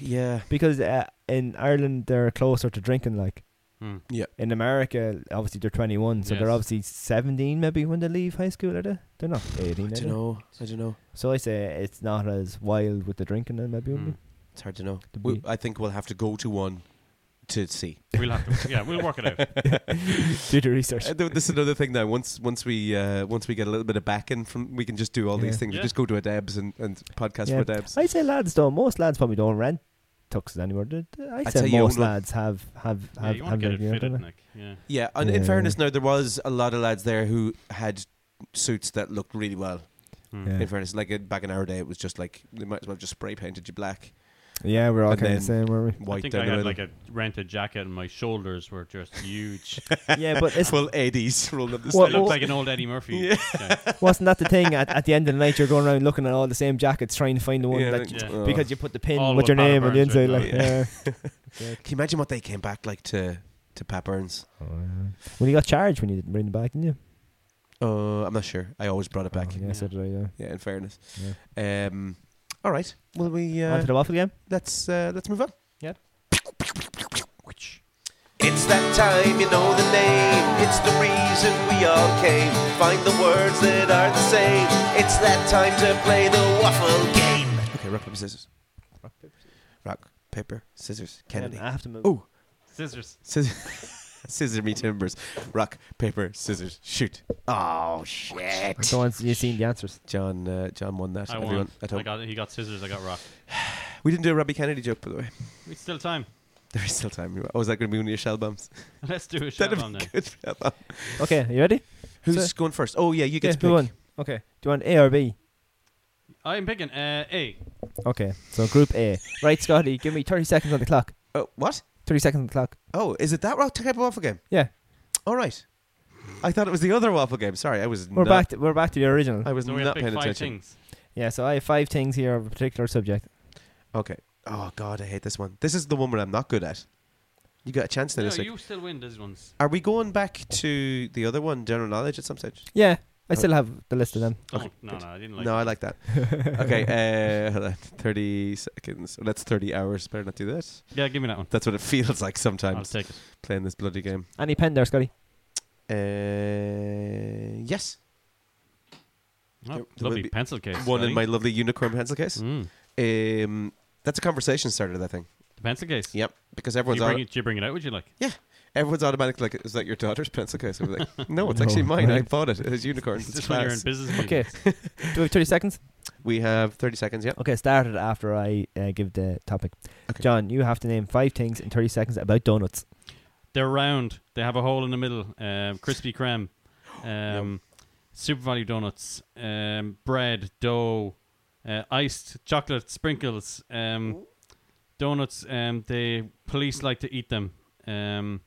Speaker 3: yeah,
Speaker 4: because uh, in Ireland they're closer to drinking. Like
Speaker 2: Hmm.
Speaker 4: in America, obviously they're 21, so they're
Speaker 2: Yes.
Speaker 4: obviously 17 maybe when they leave high school. Are they? They're not 18.
Speaker 3: I
Speaker 4: are
Speaker 3: don't
Speaker 4: they?
Speaker 3: know. I don't know.
Speaker 4: So I say it's not as wild with the drinking then maybe. wouldn't
Speaker 2: Hmm.
Speaker 4: it?
Speaker 3: It's hard to know.
Speaker 4: To
Speaker 3: We,
Speaker 4: be-
Speaker 3: I think we'll have to go to one to see.
Speaker 2: We'll have to. Yeah, we'll work it out.
Speaker 4: Do the research.
Speaker 3: Uh, th- this is another thing now. Once once we uh, once we get a little bit of backing from, we can just do all these
Speaker 4: Yeah.
Speaker 3: things. We
Speaker 2: Yeah.
Speaker 3: just go to a Debs and, and podcast
Speaker 4: Yeah.
Speaker 3: for Debs.
Speaker 4: I say lads though. Most lads probably don't rent tuxes anymore. I
Speaker 3: I'd
Speaker 4: say
Speaker 3: say you
Speaker 4: most
Speaker 3: own one.
Speaker 4: lads have have
Speaker 2: Yeah,
Speaker 4: have
Speaker 2: you
Speaker 4: have
Speaker 2: want to get
Speaker 4: their-
Speaker 2: it fitted,
Speaker 4: don't they?
Speaker 2: Nick. Yeah.
Speaker 3: yeah, and in
Speaker 4: Yeah.
Speaker 3: fairness, now there was a lot of lads there who had suits that looked really well.
Speaker 2: Mm.
Speaker 4: Yeah.
Speaker 3: In fairness, like uh, back in our day, it was just like they might as well just spray painted you black,
Speaker 4: yeah, we're all
Speaker 3: And
Speaker 4: kind of the
Speaker 3: then-
Speaker 4: same, were we?
Speaker 3: white
Speaker 2: I think
Speaker 3: down
Speaker 2: I
Speaker 3: the
Speaker 2: had
Speaker 3: middle.
Speaker 2: like a rented jacket, and my shoulders were just huge.
Speaker 4: yeah, but it's,
Speaker 3: full eighties rolling up the
Speaker 2: I
Speaker 4: Well,
Speaker 3: well,
Speaker 2: looked
Speaker 4: well-
Speaker 2: like an old Eddie Murphy.
Speaker 3: Yeah.
Speaker 2: guy.
Speaker 4: wasn't that the thing? At, at the end of the night, you're going around looking at all the same jackets, trying to find the one
Speaker 3: Yeah,
Speaker 4: that
Speaker 2: like- uh,
Speaker 4: you-
Speaker 3: Yeah.
Speaker 4: because you put the pin
Speaker 2: All
Speaker 4: with
Speaker 2: with
Speaker 4: your
Speaker 2: Pat
Speaker 4: name on the
Speaker 2: Burns
Speaker 4: inside.
Speaker 2: written
Speaker 4: Like, yeah.
Speaker 3: Can you imagine what they came back like to to Pat Burns?
Speaker 4: Well, you got charged when you didn't bring it back, didn't you?
Speaker 3: Uh, I'm not sure. I always brought it back.
Speaker 4: Oh, yeah,
Speaker 2: Yeah.
Speaker 4: so did I, yeah.
Speaker 3: Yeah, in fairness. Um, all right. Well, we
Speaker 4: On
Speaker 3: uh,
Speaker 4: to the waffle game.
Speaker 3: let's uh, let's move on.
Speaker 4: Yep.
Speaker 3: Which
Speaker 7: It's that time, you know the name. It's the reason we all came. Find the words that are the same. It's that time to play the waffle game.
Speaker 3: Okay, rock, paper, scissors. Rock, paper, scissors. Rock, paper, scissors. Kennedy.
Speaker 4: I have to move.
Speaker 3: Ooh.
Speaker 2: Scissors.
Speaker 3: Scissor, scissor me timbers. Rock, paper, scissors. Shoot. Oh, shit.
Speaker 4: So once you've seen the answers.
Speaker 3: John uh, John won that.
Speaker 2: I
Speaker 3: Everyone
Speaker 2: won.
Speaker 3: at
Speaker 2: I
Speaker 3: home.
Speaker 2: got he got scissors. I got rock.
Speaker 3: We didn't do a Robbie Kennedy joke, by the way.
Speaker 2: We still time.
Speaker 3: There is still time. Oh, is that going to be one of your shell bombs?
Speaker 2: Let's do a shot
Speaker 3: That'd
Speaker 2: on
Speaker 3: be
Speaker 2: then.
Speaker 3: good for shell bomb.
Speaker 4: Okay, you ready?
Speaker 3: Who's going first? Oh, yeah, you get
Speaker 4: Yeah,
Speaker 3: to
Speaker 4: who
Speaker 3: pick.
Speaker 4: won? Okay. Do you want A or B?
Speaker 2: I'm picking uh, A.
Speaker 4: Okay, so Group A. Right, Scotty, give me 30 seconds on the clock.
Speaker 3: Oh, what?
Speaker 4: 30 seconds on the clock.
Speaker 3: Oh, is it that rock type of waffle game?
Speaker 4: Yeah,
Speaker 3: All right. I thought it was the other waffle game. Sorry, I was
Speaker 4: we're
Speaker 3: not,
Speaker 4: back. To, we're back to the original.
Speaker 3: I was
Speaker 2: So we have to
Speaker 3: not
Speaker 2: pick
Speaker 3: paying
Speaker 2: five
Speaker 3: attention.
Speaker 2: things.
Speaker 4: yeah, so I have five things here of a particular subject.
Speaker 3: Okay. Oh God, I hate this one. This is the one where I'm not good at. You got a chance now
Speaker 2: No,
Speaker 3: this week.
Speaker 2: you still win these ones.
Speaker 3: Are we going back to the other one, general knowledge, at some stage?
Speaker 4: Yeah, I still have the list of them.
Speaker 2: Don't. no, no, I didn't like.
Speaker 3: no,
Speaker 2: that.
Speaker 3: I like that. okay, uh, hold on. thirty seconds. Well, that's thirty hours. Better not do that.
Speaker 2: Yeah, give me that one.
Speaker 3: That's what it feels like
Speaker 2: I'll
Speaker 3: sometimes
Speaker 2: take it.
Speaker 3: playing this bloody game.
Speaker 4: Any pen there, Scotty?
Speaker 3: Uh, yes,
Speaker 2: Oh,
Speaker 3: There will
Speaker 2: lovely
Speaker 3: be
Speaker 2: pencil case.
Speaker 3: one
Speaker 2: Scotty.
Speaker 3: in my lovely unicorn pencil case.
Speaker 2: Mm.
Speaker 3: Um, that's a conversation starter. That thing.
Speaker 2: The pencil case.
Speaker 3: Yep, because
Speaker 2: Do
Speaker 3: everyone's
Speaker 2: you, bring
Speaker 3: auto-
Speaker 2: it, do you bring it out? Would you like?
Speaker 3: yeah, everyone's automatically like, is that your daughter's pencil case? I'm like, no, it's
Speaker 4: No,
Speaker 3: actually mine. I
Speaker 4: right.
Speaker 3: bought it. It's unicorn.
Speaker 2: Is
Speaker 3: It's
Speaker 2: this when you're in
Speaker 3: class.
Speaker 2: business?
Speaker 4: Okay.
Speaker 2: meetings?
Speaker 4: Do we have 30 seconds?
Speaker 3: We have thirty seconds. Yep.
Speaker 4: Okay, started after I uh, give the topic. John, you have to name five things in 30 seconds about donuts.
Speaker 2: They're round. They have a hole in the middle. Um, Krispy Kreme. Um, Super Value donuts. Um, bread, dough, uh, iced chocolate sprinkles. Um, donuts. Um, they police like to eat them. Um,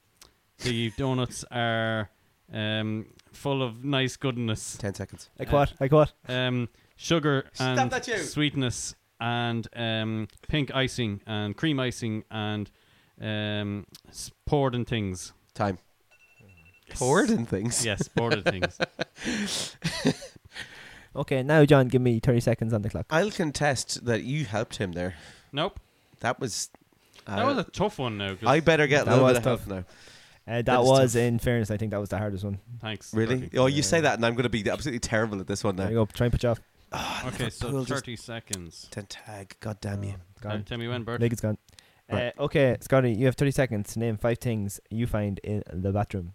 Speaker 2: the donuts are um, full of nice goodness.
Speaker 3: Ten seconds.
Speaker 4: Like
Speaker 2: Uh,
Speaker 4: what? Like what?
Speaker 2: um, sugar
Speaker 3: Stop
Speaker 2: and
Speaker 3: that you.
Speaker 2: sweetness and um, pink icing and cream icing and um, s- poured in things.
Speaker 3: Time. Poured and things.
Speaker 2: Yes, poured in things.
Speaker 4: Okay, now, John, give me 30 seconds on the clock.
Speaker 3: I'll contest that you helped him there.
Speaker 2: Nope,
Speaker 3: That was. Uh,
Speaker 2: that was a tough one. Now, 'cause-
Speaker 3: I better get a
Speaker 4: That
Speaker 3: little
Speaker 4: was
Speaker 3: bit of help now.
Speaker 4: Uh, that
Speaker 3: That's
Speaker 4: was,
Speaker 3: tough.
Speaker 4: in fairness, I think that was the hardest one.
Speaker 2: thanks.
Speaker 3: Really?
Speaker 2: Bertie.
Speaker 3: Oh, you say that, and I'm going to be absolutely terrible at this one
Speaker 4: There you
Speaker 3: now. Ah,
Speaker 4: go. Try and put you off.
Speaker 2: Okay, so
Speaker 3: Liverpool just-
Speaker 2: thirty seconds.
Speaker 3: Ten tag. God damn
Speaker 4: Oh.
Speaker 3: you.
Speaker 2: Uh,
Speaker 4: Gone.
Speaker 2: tell me when, Bert.
Speaker 4: Leg is gone.
Speaker 3: Right.
Speaker 4: Uh, okay, Scotty, you have 30 seconds to name five things you find in the bathroom.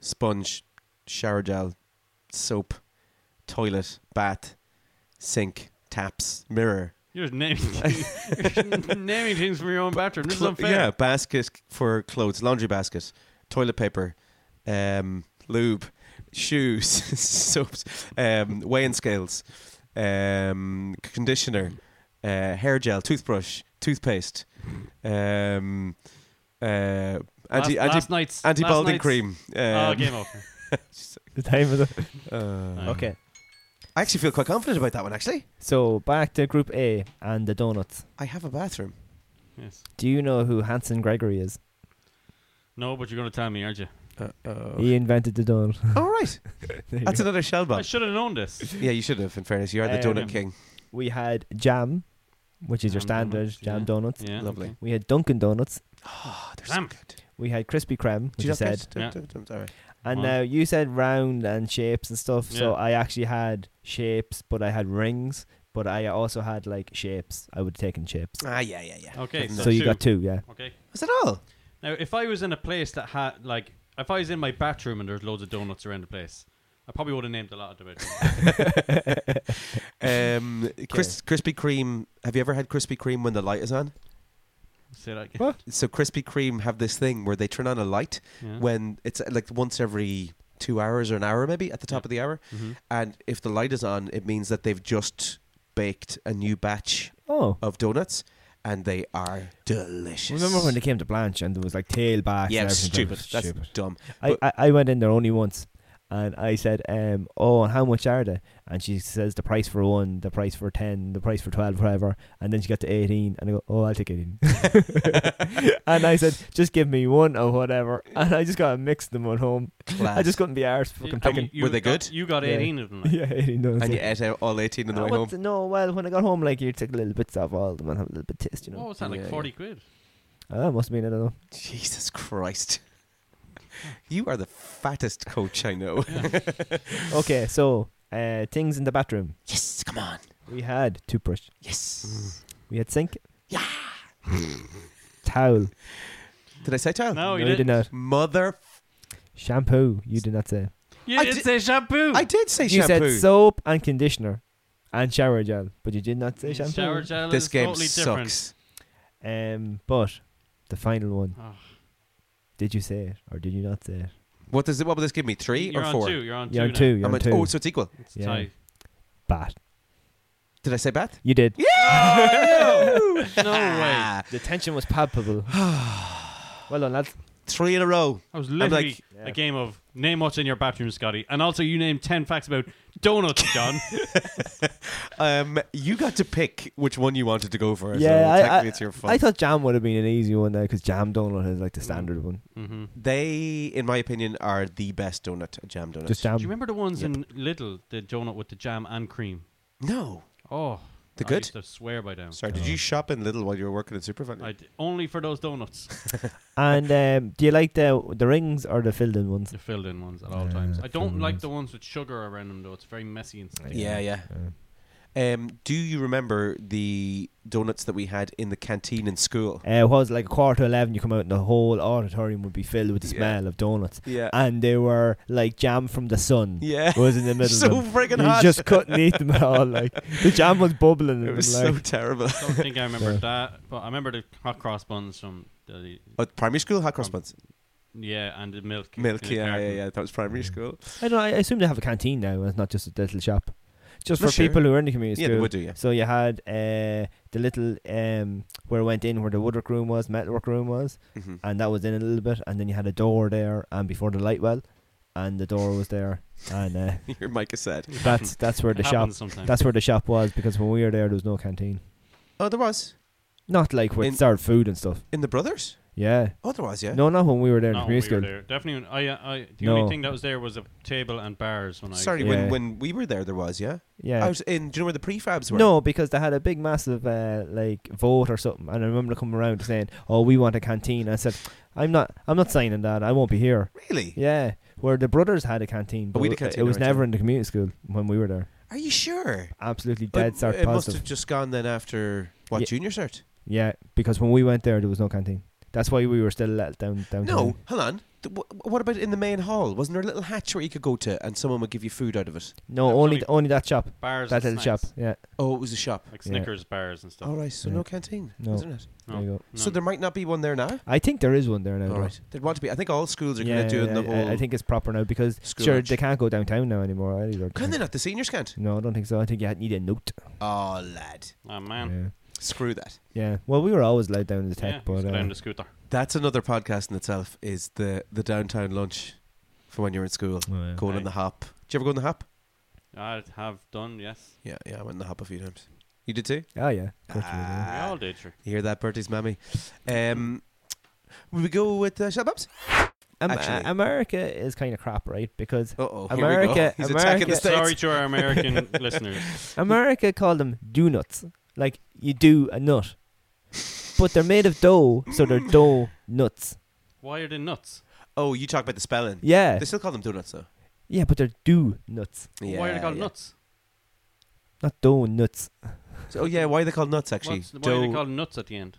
Speaker 3: Sponge, shower gel, soap, toilet, bath, sink, taps, mirror.
Speaker 2: You're just naming you're naming things from your own bathroom. This is
Speaker 3: Clo-
Speaker 2: unfair.
Speaker 3: Yeah, basket for clothes, laundry basket, toilet paper, um, lube, shoes, soaps, um, weighing scales, um, c- conditioner, uh, hair gel, toothbrush, toothpaste, um, uh,
Speaker 2: Last,
Speaker 3: anti
Speaker 2: last
Speaker 3: anti
Speaker 2: night's
Speaker 3: anti
Speaker 2: last
Speaker 3: balding
Speaker 2: night's-
Speaker 3: cream.
Speaker 2: Oh,
Speaker 3: um,
Speaker 2: game over.
Speaker 4: The time is up.
Speaker 3: uh,
Speaker 4: Okay,
Speaker 3: I actually feel quite confident about that one. Actually,
Speaker 4: so back to Group A and the donuts.
Speaker 3: I have a bathroom.
Speaker 2: Yes.
Speaker 4: Do you know who Hanson Gregory is?
Speaker 2: No, but you're going to tell me, aren't you?
Speaker 3: Uh-oh.
Speaker 4: He invented the donut.
Speaker 3: All right,
Speaker 4: There you
Speaker 3: that's
Speaker 4: go.
Speaker 3: another shell
Speaker 2: I
Speaker 3: bomb.
Speaker 2: should have known this.
Speaker 3: Yeah, you should have. In fairness, you are the donut
Speaker 4: Um,
Speaker 3: king.
Speaker 4: we had jam, which is your
Speaker 2: Jam
Speaker 4: standard
Speaker 2: donuts,
Speaker 4: jam
Speaker 2: yeah.
Speaker 4: donuts.
Speaker 2: Yeah.
Speaker 3: Lovely.
Speaker 2: okay.
Speaker 4: We had Dunkin' Donuts.
Speaker 3: Oh, they're
Speaker 2: Damn.
Speaker 3: so good.
Speaker 4: We had Krispy Kreme, which you said.
Speaker 2: Yeah.
Speaker 4: And
Speaker 2: Wow.
Speaker 4: now you said round and shapes and stuff. So
Speaker 2: Yeah.
Speaker 4: I actually had shapes, but I had rings, but I also had like shapes. I would have taken shapes.
Speaker 3: Ah, yeah, yeah, yeah.
Speaker 2: Okay,
Speaker 4: So,
Speaker 2: so,
Speaker 4: you
Speaker 2: two.
Speaker 4: got two, yeah.
Speaker 2: Okay.
Speaker 3: Is that all?
Speaker 2: Now, if I was in a place that had like, if I was in my bathroom and there's loads of donuts around the place, I probably would have named a lot of it.
Speaker 3: Um, Chris, Krispy Kreme. Have you ever had Krispy Kreme when the light is on?
Speaker 2: Say that again.
Speaker 3: So Krispy Kreme have this thing where they turn on a light
Speaker 2: Yeah.
Speaker 3: when it's uh, like once every two hours or an hour maybe at the top
Speaker 2: Yeah.
Speaker 3: of the hour,
Speaker 2: Mhm.
Speaker 3: and if the light is on, it means that they've just baked a new batch
Speaker 4: Oh.
Speaker 3: of donuts, and they are delicious.
Speaker 4: Remember when they came to Blanche and there was like tail back?
Speaker 3: yeah,
Speaker 4: and
Speaker 3: it was
Speaker 4: everything,
Speaker 3: stupid.
Speaker 4: it was
Speaker 3: That's dumb.
Speaker 4: I,
Speaker 3: But-
Speaker 4: I, I went in there only once and I said, um, Oh, and how much are they? And she says the price for one, the price for 10, the price for 12, whatever. And then she got to 18 and I go, Oh, I'll take 18. and I said, Just give me one or whatever. And I just got to mix them at home. I
Speaker 3: Class.
Speaker 4: just couldn't be arsed
Speaker 2: You-
Speaker 4: fucking
Speaker 2: and you-
Speaker 4: picking.
Speaker 2: you
Speaker 3: Were they
Speaker 2: got-
Speaker 3: good?
Speaker 2: You got
Speaker 4: Yeah.
Speaker 2: 18 of them. like.
Speaker 4: Yeah, 18 donuts.
Speaker 3: and you
Speaker 4: yeah.
Speaker 3: ate out all eighteen on the
Speaker 4: I
Speaker 3: way
Speaker 4: went
Speaker 3: home.
Speaker 2: Oh.
Speaker 4: to- no, well, when I got home, like, you took little bits off all of them and have a little bit taste, you know.
Speaker 2: What was that, like
Speaker 3: Yeah,
Speaker 2: 40 quid?
Speaker 4: Ah, must have been, I don't know.
Speaker 3: Jesus Christ. You are the fattest coach I know.
Speaker 4: Okay, so uh, things in the bathroom.
Speaker 3: Yes, come on.
Speaker 4: We had toothbrush.
Speaker 2: Mm.
Speaker 3: Yes.
Speaker 4: We had sink. Yeah. Towel.
Speaker 3: Did I say towel?
Speaker 2: No, Oh, you
Speaker 4: you did
Speaker 2: didn't.
Speaker 4: not.
Speaker 3: Mother.
Speaker 4: Shampoo. You did not say.
Speaker 2: You
Speaker 3: I
Speaker 2: did
Speaker 3: did-
Speaker 2: say shampoo.
Speaker 3: I did say
Speaker 4: You
Speaker 3: shampoo.
Speaker 4: said soap and conditioner, and shower gel, but you did not say shampoo.
Speaker 2: Shower gel
Speaker 3: this
Speaker 2: is
Speaker 3: game
Speaker 2: totally different.
Speaker 3: sucks.
Speaker 4: Um, but the final one.
Speaker 2: Ah.
Speaker 4: Did you say it or did you not say it?
Speaker 3: What does it, what would this give me? 3
Speaker 2: You're
Speaker 3: or
Speaker 2: on
Speaker 3: four?
Speaker 2: two. You're on
Speaker 4: You're on
Speaker 2: now.
Speaker 4: two. You're
Speaker 3: I'm
Speaker 4: on
Speaker 3: at-
Speaker 4: two.
Speaker 3: oh, so it's equal.
Speaker 2: It's
Speaker 4: Yeah.
Speaker 2: tight.
Speaker 4: Bad.
Speaker 3: Did I say bat?
Speaker 4: You did.
Speaker 2: No way.
Speaker 4: The tension was palpable. well done, lads.
Speaker 3: Three in a row.
Speaker 2: I was
Speaker 3: like-
Speaker 2: literally
Speaker 4: Yeah.
Speaker 2: a game of name what's in your bathroom, Scotty, and also you named ten facts about donuts, John.
Speaker 3: Um, you got to pick which one you wanted to go for.
Speaker 4: yeah,
Speaker 3: so
Speaker 4: I,
Speaker 3: technically
Speaker 4: I,
Speaker 3: it's your fault.
Speaker 4: I thought jam would have been an easy one there because jam donut is like the standard one.
Speaker 2: mm-hmm.
Speaker 3: they, in my opinion, are the best donut, a jam donut.
Speaker 4: Just
Speaker 2: Do
Speaker 4: jam.
Speaker 2: you remember the ones in Little, the donut with the jam and cream?
Speaker 3: no.
Speaker 2: Oh,
Speaker 3: The
Speaker 2: I
Speaker 3: good?
Speaker 2: used to swear by them.
Speaker 3: Sorry, did you shop in Little while you were working at Supervalue?
Speaker 2: I d- only for those donuts,
Speaker 4: And um, do you like the the rings or the filled in ones?
Speaker 2: the filled-in ones at all times. I don't like the ones with sugar around them though; it's very messy and sticky.
Speaker 3: Yeah, yeah. Um, do you remember the donuts that we had in the canteen in school?
Speaker 4: Uh, what was it, like a quarter to eleven? You come out and the whole auditorium would be filled with the
Speaker 3: Yeah.
Speaker 4: smell of donuts,
Speaker 3: Yeah.
Speaker 4: and they were like jam from the sun.
Speaker 3: Yeah.
Speaker 4: was in the middle.
Speaker 3: So
Speaker 4: of them.
Speaker 3: friggin'
Speaker 4: You
Speaker 3: hot.
Speaker 4: just couldn't eat them at all. Like the jam was bubbling.
Speaker 3: It
Speaker 4: in
Speaker 3: was
Speaker 4: them, like.
Speaker 3: so terrible.
Speaker 2: I don't think I remember
Speaker 4: Yeah.
Speaker 2: that, but I remember the hot cross buns from the
Speaker 3: At Oh, primary school, hot cross
Speaker 2: Um,
Speaker 3: buns,
Speaker 2: yeah and the milk. in
Speaker 3: milk.
Speaker 2: the
Speaker 3: Yeah, yeah,
Speaker 2: carton.
Speaker 3: yeah. That was primary school.
Speaker 4: I don't. know, I assume they have a canteen now. and It's not just a little shop, just
Speaker 3: No,
Speaker 4: for
Speaker 3: sure.
Speaker 4: people who are in the community.
Speaker 3: Yeah, they
Speaker 4: school.
Speaker 3: would do, yeah.
Speaker 4: So you had uh, the little um, where it went in, where the woodwork room was, metalwork room was,
Speaker 3: Mhm.
Speaker 4: and that was in a little bit. And then you had a door there, and before the light well, and the door was there, and uh,
Speaker 3: Your mic is sad.
Speaker 4: that's that's where
Speaker 2: It
Speaker 4: the shop.
Speaker 2: happens sometimes.
Speaker 4: That's where the shop was because when we were there, there was no canteen.
Speaker 3: Oh, there was
Speaker 4: Not like where
Speaker 3: In-
Speaker 4: it served food and stuff.
Speaker 3: in the brothers.
Speaker 4: Yeah.
Speaker 3: Oh, there was. Yeah.
Speaker 4: No, not when we were there in
Speaker 2: Not
Speaker 4: the
Speaker 2: when we
Speaker 4: community
Speaker 2: were
Speaker 4: school.
Speaker 2: there. Definitely, I, I, the
Speaker 4: No.
Speaker 2: only thing that was there was a table and bars when I.
Speaker 3: Sorry,
Speaker 4: Yeah.
Speaker 3: when when we were there, there was. Yeah.
Speaker 4: Yeah.
Speaker 3: I was in. Do you know where the prefabs were?
Speaker 4: No, because they had a big, massive uh, like vote or something, and I remember coming around saying, "Oh, we want a canteen." I said, "I'm not, I'm not signing that. I won't be here."
Speaker 3: Really?
Speaker 4: Yeah, where the brothers had a canteen, but
Speaker 3: we had a
Speaker 4: it-
Speaker 3: canteen
Speaker 4: it was
Speaker 3: there,
Speaker 4: never in the community school when we were there.
Speaker 3: Are you sure?
Speaker 4: Absolutely
Speaker 3: But
Speaker 4: dead cert
Speaker 3: It must have
Speaker 4: positive.
Speaker 3: just gone then after what
Speaker 4: Yeah. Mm-hmm.
Speaker 3: junior cert?
Speaker 4: Yeah, because when we went there, there was no canteen. That's why we were still let down down.
Speaker 3: No, hold on. Th- wh- What about in the main hall? Wasn't there a little hatch where you could go to and someone would give you food out of it?
Speaker 4: no,
Speaker 2: That was
Speaker 4: only
Speaker 2: only
Speaker 4: only that shop,
Speaker 2: Bars
Speaker 4: that
Speaker 2: and
Speaker 4: little shop.
Speaker 2: snacks,
Speaker 4: Yeah,
Speaker 3: Oh, it was a shop.
Speaker 2: like
Speaker 4: Yeah.
Speaker 2: Snickers bars and stuff.
Speaker 3: All right, so
Speaker 4: Yeah.
Speaker 3: no canteen,
Speaker 4: No.
Speaker 3: isn't it?
Speaker 2: No.
Speaker 4: there you go.
Speaker 3: So
Speaker 2: No.
Speaker 3: there might not be one there now.
Speaker 4: I think there is one there now.
Speaker 3: All
Speaker 4: though.
Speaker 3: right, there'd want to be. I think all schools are
Speaker 4: Yeah,
Speaker 3: kind of doing
Speaker 4: yeah,
Speaker 3: the
Speaker 4: I- I-
Speaker 3: whole.
Speaker 4: I think it's proper now because
Speaker 3: school
Speaker 4: sure
Speaker 3: lunch.
Speaker 4: they can't go downtown now anymore either.
Speaker 3: Can they not? The seniors can't.
Speaker 4: No, I don't think so. I think you had need a note.
Speaker 3: Oh lad,
Speaker 2: Oh man,
Speaker 4: Yeah.
Speaker 3: screw that.
Speaker 4: yeah. Well, we were always laid down in the tech,
Speaker 2: yeah,
Speaker 4: but
Speaker 2: let's go
Speaker 4: uh,
Speaker 2: down the scooter.
Speaker 3: That's another podcast in itself. Is the the downtown lunch for when you're in school?
Speaker 4: Oh, yeah.
Speaker 3: Going on
Speaker 2: Aye.
Speaker 3: the hop. Did you ever go on the hop?
Speaker 2: I have done yes.
Speaker 3: Yeah, yeah. I went on the hop a few times. You did too.
Speaker 4: oh yeah, of course
Speaker 3: Ah,
Speaker 2: We all did. Sure.
Speaker 3: You hear that, Bertie's mammy? Um, will we go with uh, Shababs?
Speaker 4: you did.
Speaker 3: actually-
Speaker 4: Am- Um, America is kind of crap, right? Because
Speaker 3: Uh oh,
Speaker 4: America-
Speaker 3: He's attacking the
Speaker 4: America-
Speaker 3: states.
Speaker 2: Sorry to our American listeners.
Speaker 4: America call them donuts, like you do a nut, but they're made of dough, so they're dough nuts.
Speaker 2: Why are they nuts?
Speaker 3: Oh, you talk about the spelling.
Speaker 4: Yeah,
Speaker 3: They still call them donuts though.
Speaker 4: yeah, but they're do nuts,
Speaker 2: Why are they called
Speaker 3: yeah.
Speaker 2: nuts?
Speaker 4: not dough nuts.
Speaker 3: So- oh yeah, why are they called nuts actually?
Speaker 2: What's, why are they
Speaker 3: Dough-
Speaker 2: called nuts at the end?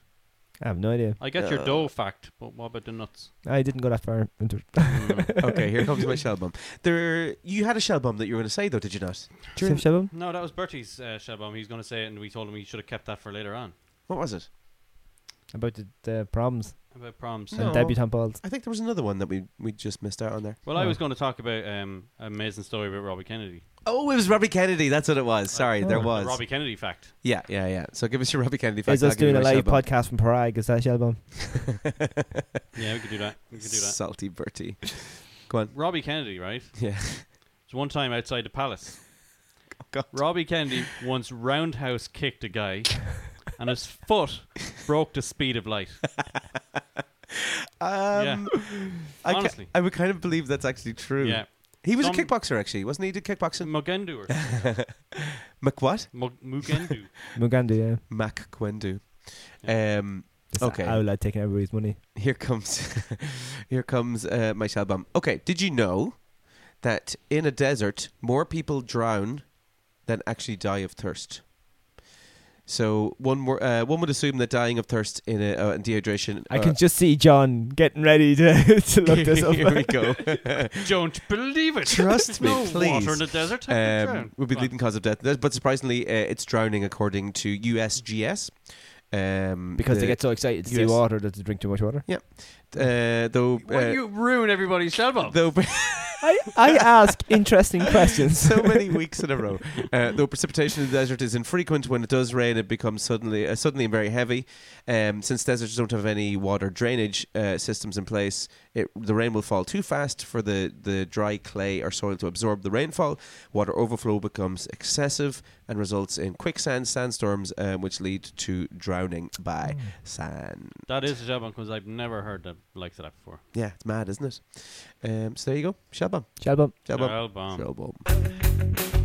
Speaker 4: I have no idea.
Speaker 2: I get
Speaker 3: Uh,
Speaker 2: your dough fact, but what about the nuts? Mm.
Speaker 4: I didn't go that far into it.
Speaker 3: okay, here comes my shell bomb. There, you had a shell bomb that you were going to say though, did you not? During-
Speaker 4: Sib- Shabam?
Speaker 2: No, that was Bertie's uh, Shabam. He's going to say it, and we told him he should have kept that for later on
Speaker 3: what was it?
Speaker 4: About the, the problems
Speaker 2: about proms.
Speaker 3: No.
Speaker 4: and debutante balls.
Speaker 3: I think there was another one that we we just missed out on there.
Speaker 2: Well, I was going to talk about um, an amazing story about Robbie Kennedy.
Speaker 3: Oh, it was Robbie Kennedy. That's what it was. Sorry, there
Speaker 4: Oh.
Speaker 2: The
Speaker 3: was.
Speaker 2: Robbie Kennedy fact.
Speaker 3: Yeah, yeah, yeah. So give us your Robbie Kennedy. fact,
Speaker 4: Is
Speaker 3: I'll
Speaker 4: us
Speaker 3: give you
Speaker 4: doing a
Speaker 3: my shell
Speaker 4: live
Speaker 3: bomb.
Speaker 4: podcast from Prague? Is that Shelbum?
Speaker 2: Yeah, we could do that. We could do that.
Speaker 3: Salty Bertie. Go on.
Speaker 2: Robbie Kennedy, right?
Speaker 3: Yeah.
Speaker 2: It's one time outside the palace.
Speaker 3: Oh, God.
Speaker 2: Robbie Kennedy once roundhouse kicked a guy, and his foot broke the speed of light.
Speaker 3: Um, I, ca-
Speaker 2: Honestly.
Speaker 3: I would kind of believe that's actually true.
Speaker 2: yeah,
Speaker 3: He was a
Speaker 2: Some-
Speaker 3: kickboxer actually, wasn't he? He did
Speaker 2: yeah.
Speaker 3: kickboxing.
Speaker 2: Mugendu or
Speaker 3: Mac what?
Speaker 2: Mug- Mugendu.
Speaker 4: Mugandu, yeah.
Speaker 3: Mac Quendu. Um,
Speaker 4: This
Speaker 3: Okay.
Speaker 4: owl had taken everybody's money.
Speaker 3: Here comes, here comes uh, my shell bomb. Okay, did you know that in a desert more people drown than actually die of thirst? So one wor- uh, one would assume that dying of thirst in a uh, in dehydration.
Speaker 4: I
Speaker 3: uh,
Speaker 4: can just see John getting ready to, to look this up.
Speaker 3: Here we go.
Speaker 2: Don't believe it.
Speaker 3: Trust me,
Speaker 2: No
Speaker 3: please.
Speaker 2: Water in the desert. how you drown?
Speaker 3: Um, would be the leading cause of death, but surprisingly, uh, it's drowning according to USGS. Um,
Speaker 4: because
Speaker 3: the-
Speaker 4: they get so excited to see
Speaker 3: US
Speaker 4: water that they drink too much water.
Speaker 3: Yeah. Uh, though.
Speaker 2: Well,
Speaker 3: uh,
Speaker 2: you ruin everybody's shell bomb.
Speaker 3: though.
Speaker 4: I, I ask interesting questions.
Speaker 3: so many weeks in a row. Uh, though precipitation in the desert is infrequent, when it does rain, it becomes suddenly uh, suddenly very heavy. Um, since deserts don't have any water drainage uh, systems in place, it, the rain will fall too fast for the, the dry clay or soil to absorb the rainfall. Water overflow becomes excessive and results in quicksand sandstorms, um, which lead to drowning by sand.
Speaker 2: that is a shell bomb because I've never heard that likes that before.
Speaker 3: Yeah, it's mad, isn't it? Um, so there you go. Shabam.
Speaker 4: Shell bomb.
Speaker 3: Shabam.
Speaker 2: Shell bomb.
Speaker 3: Shabam.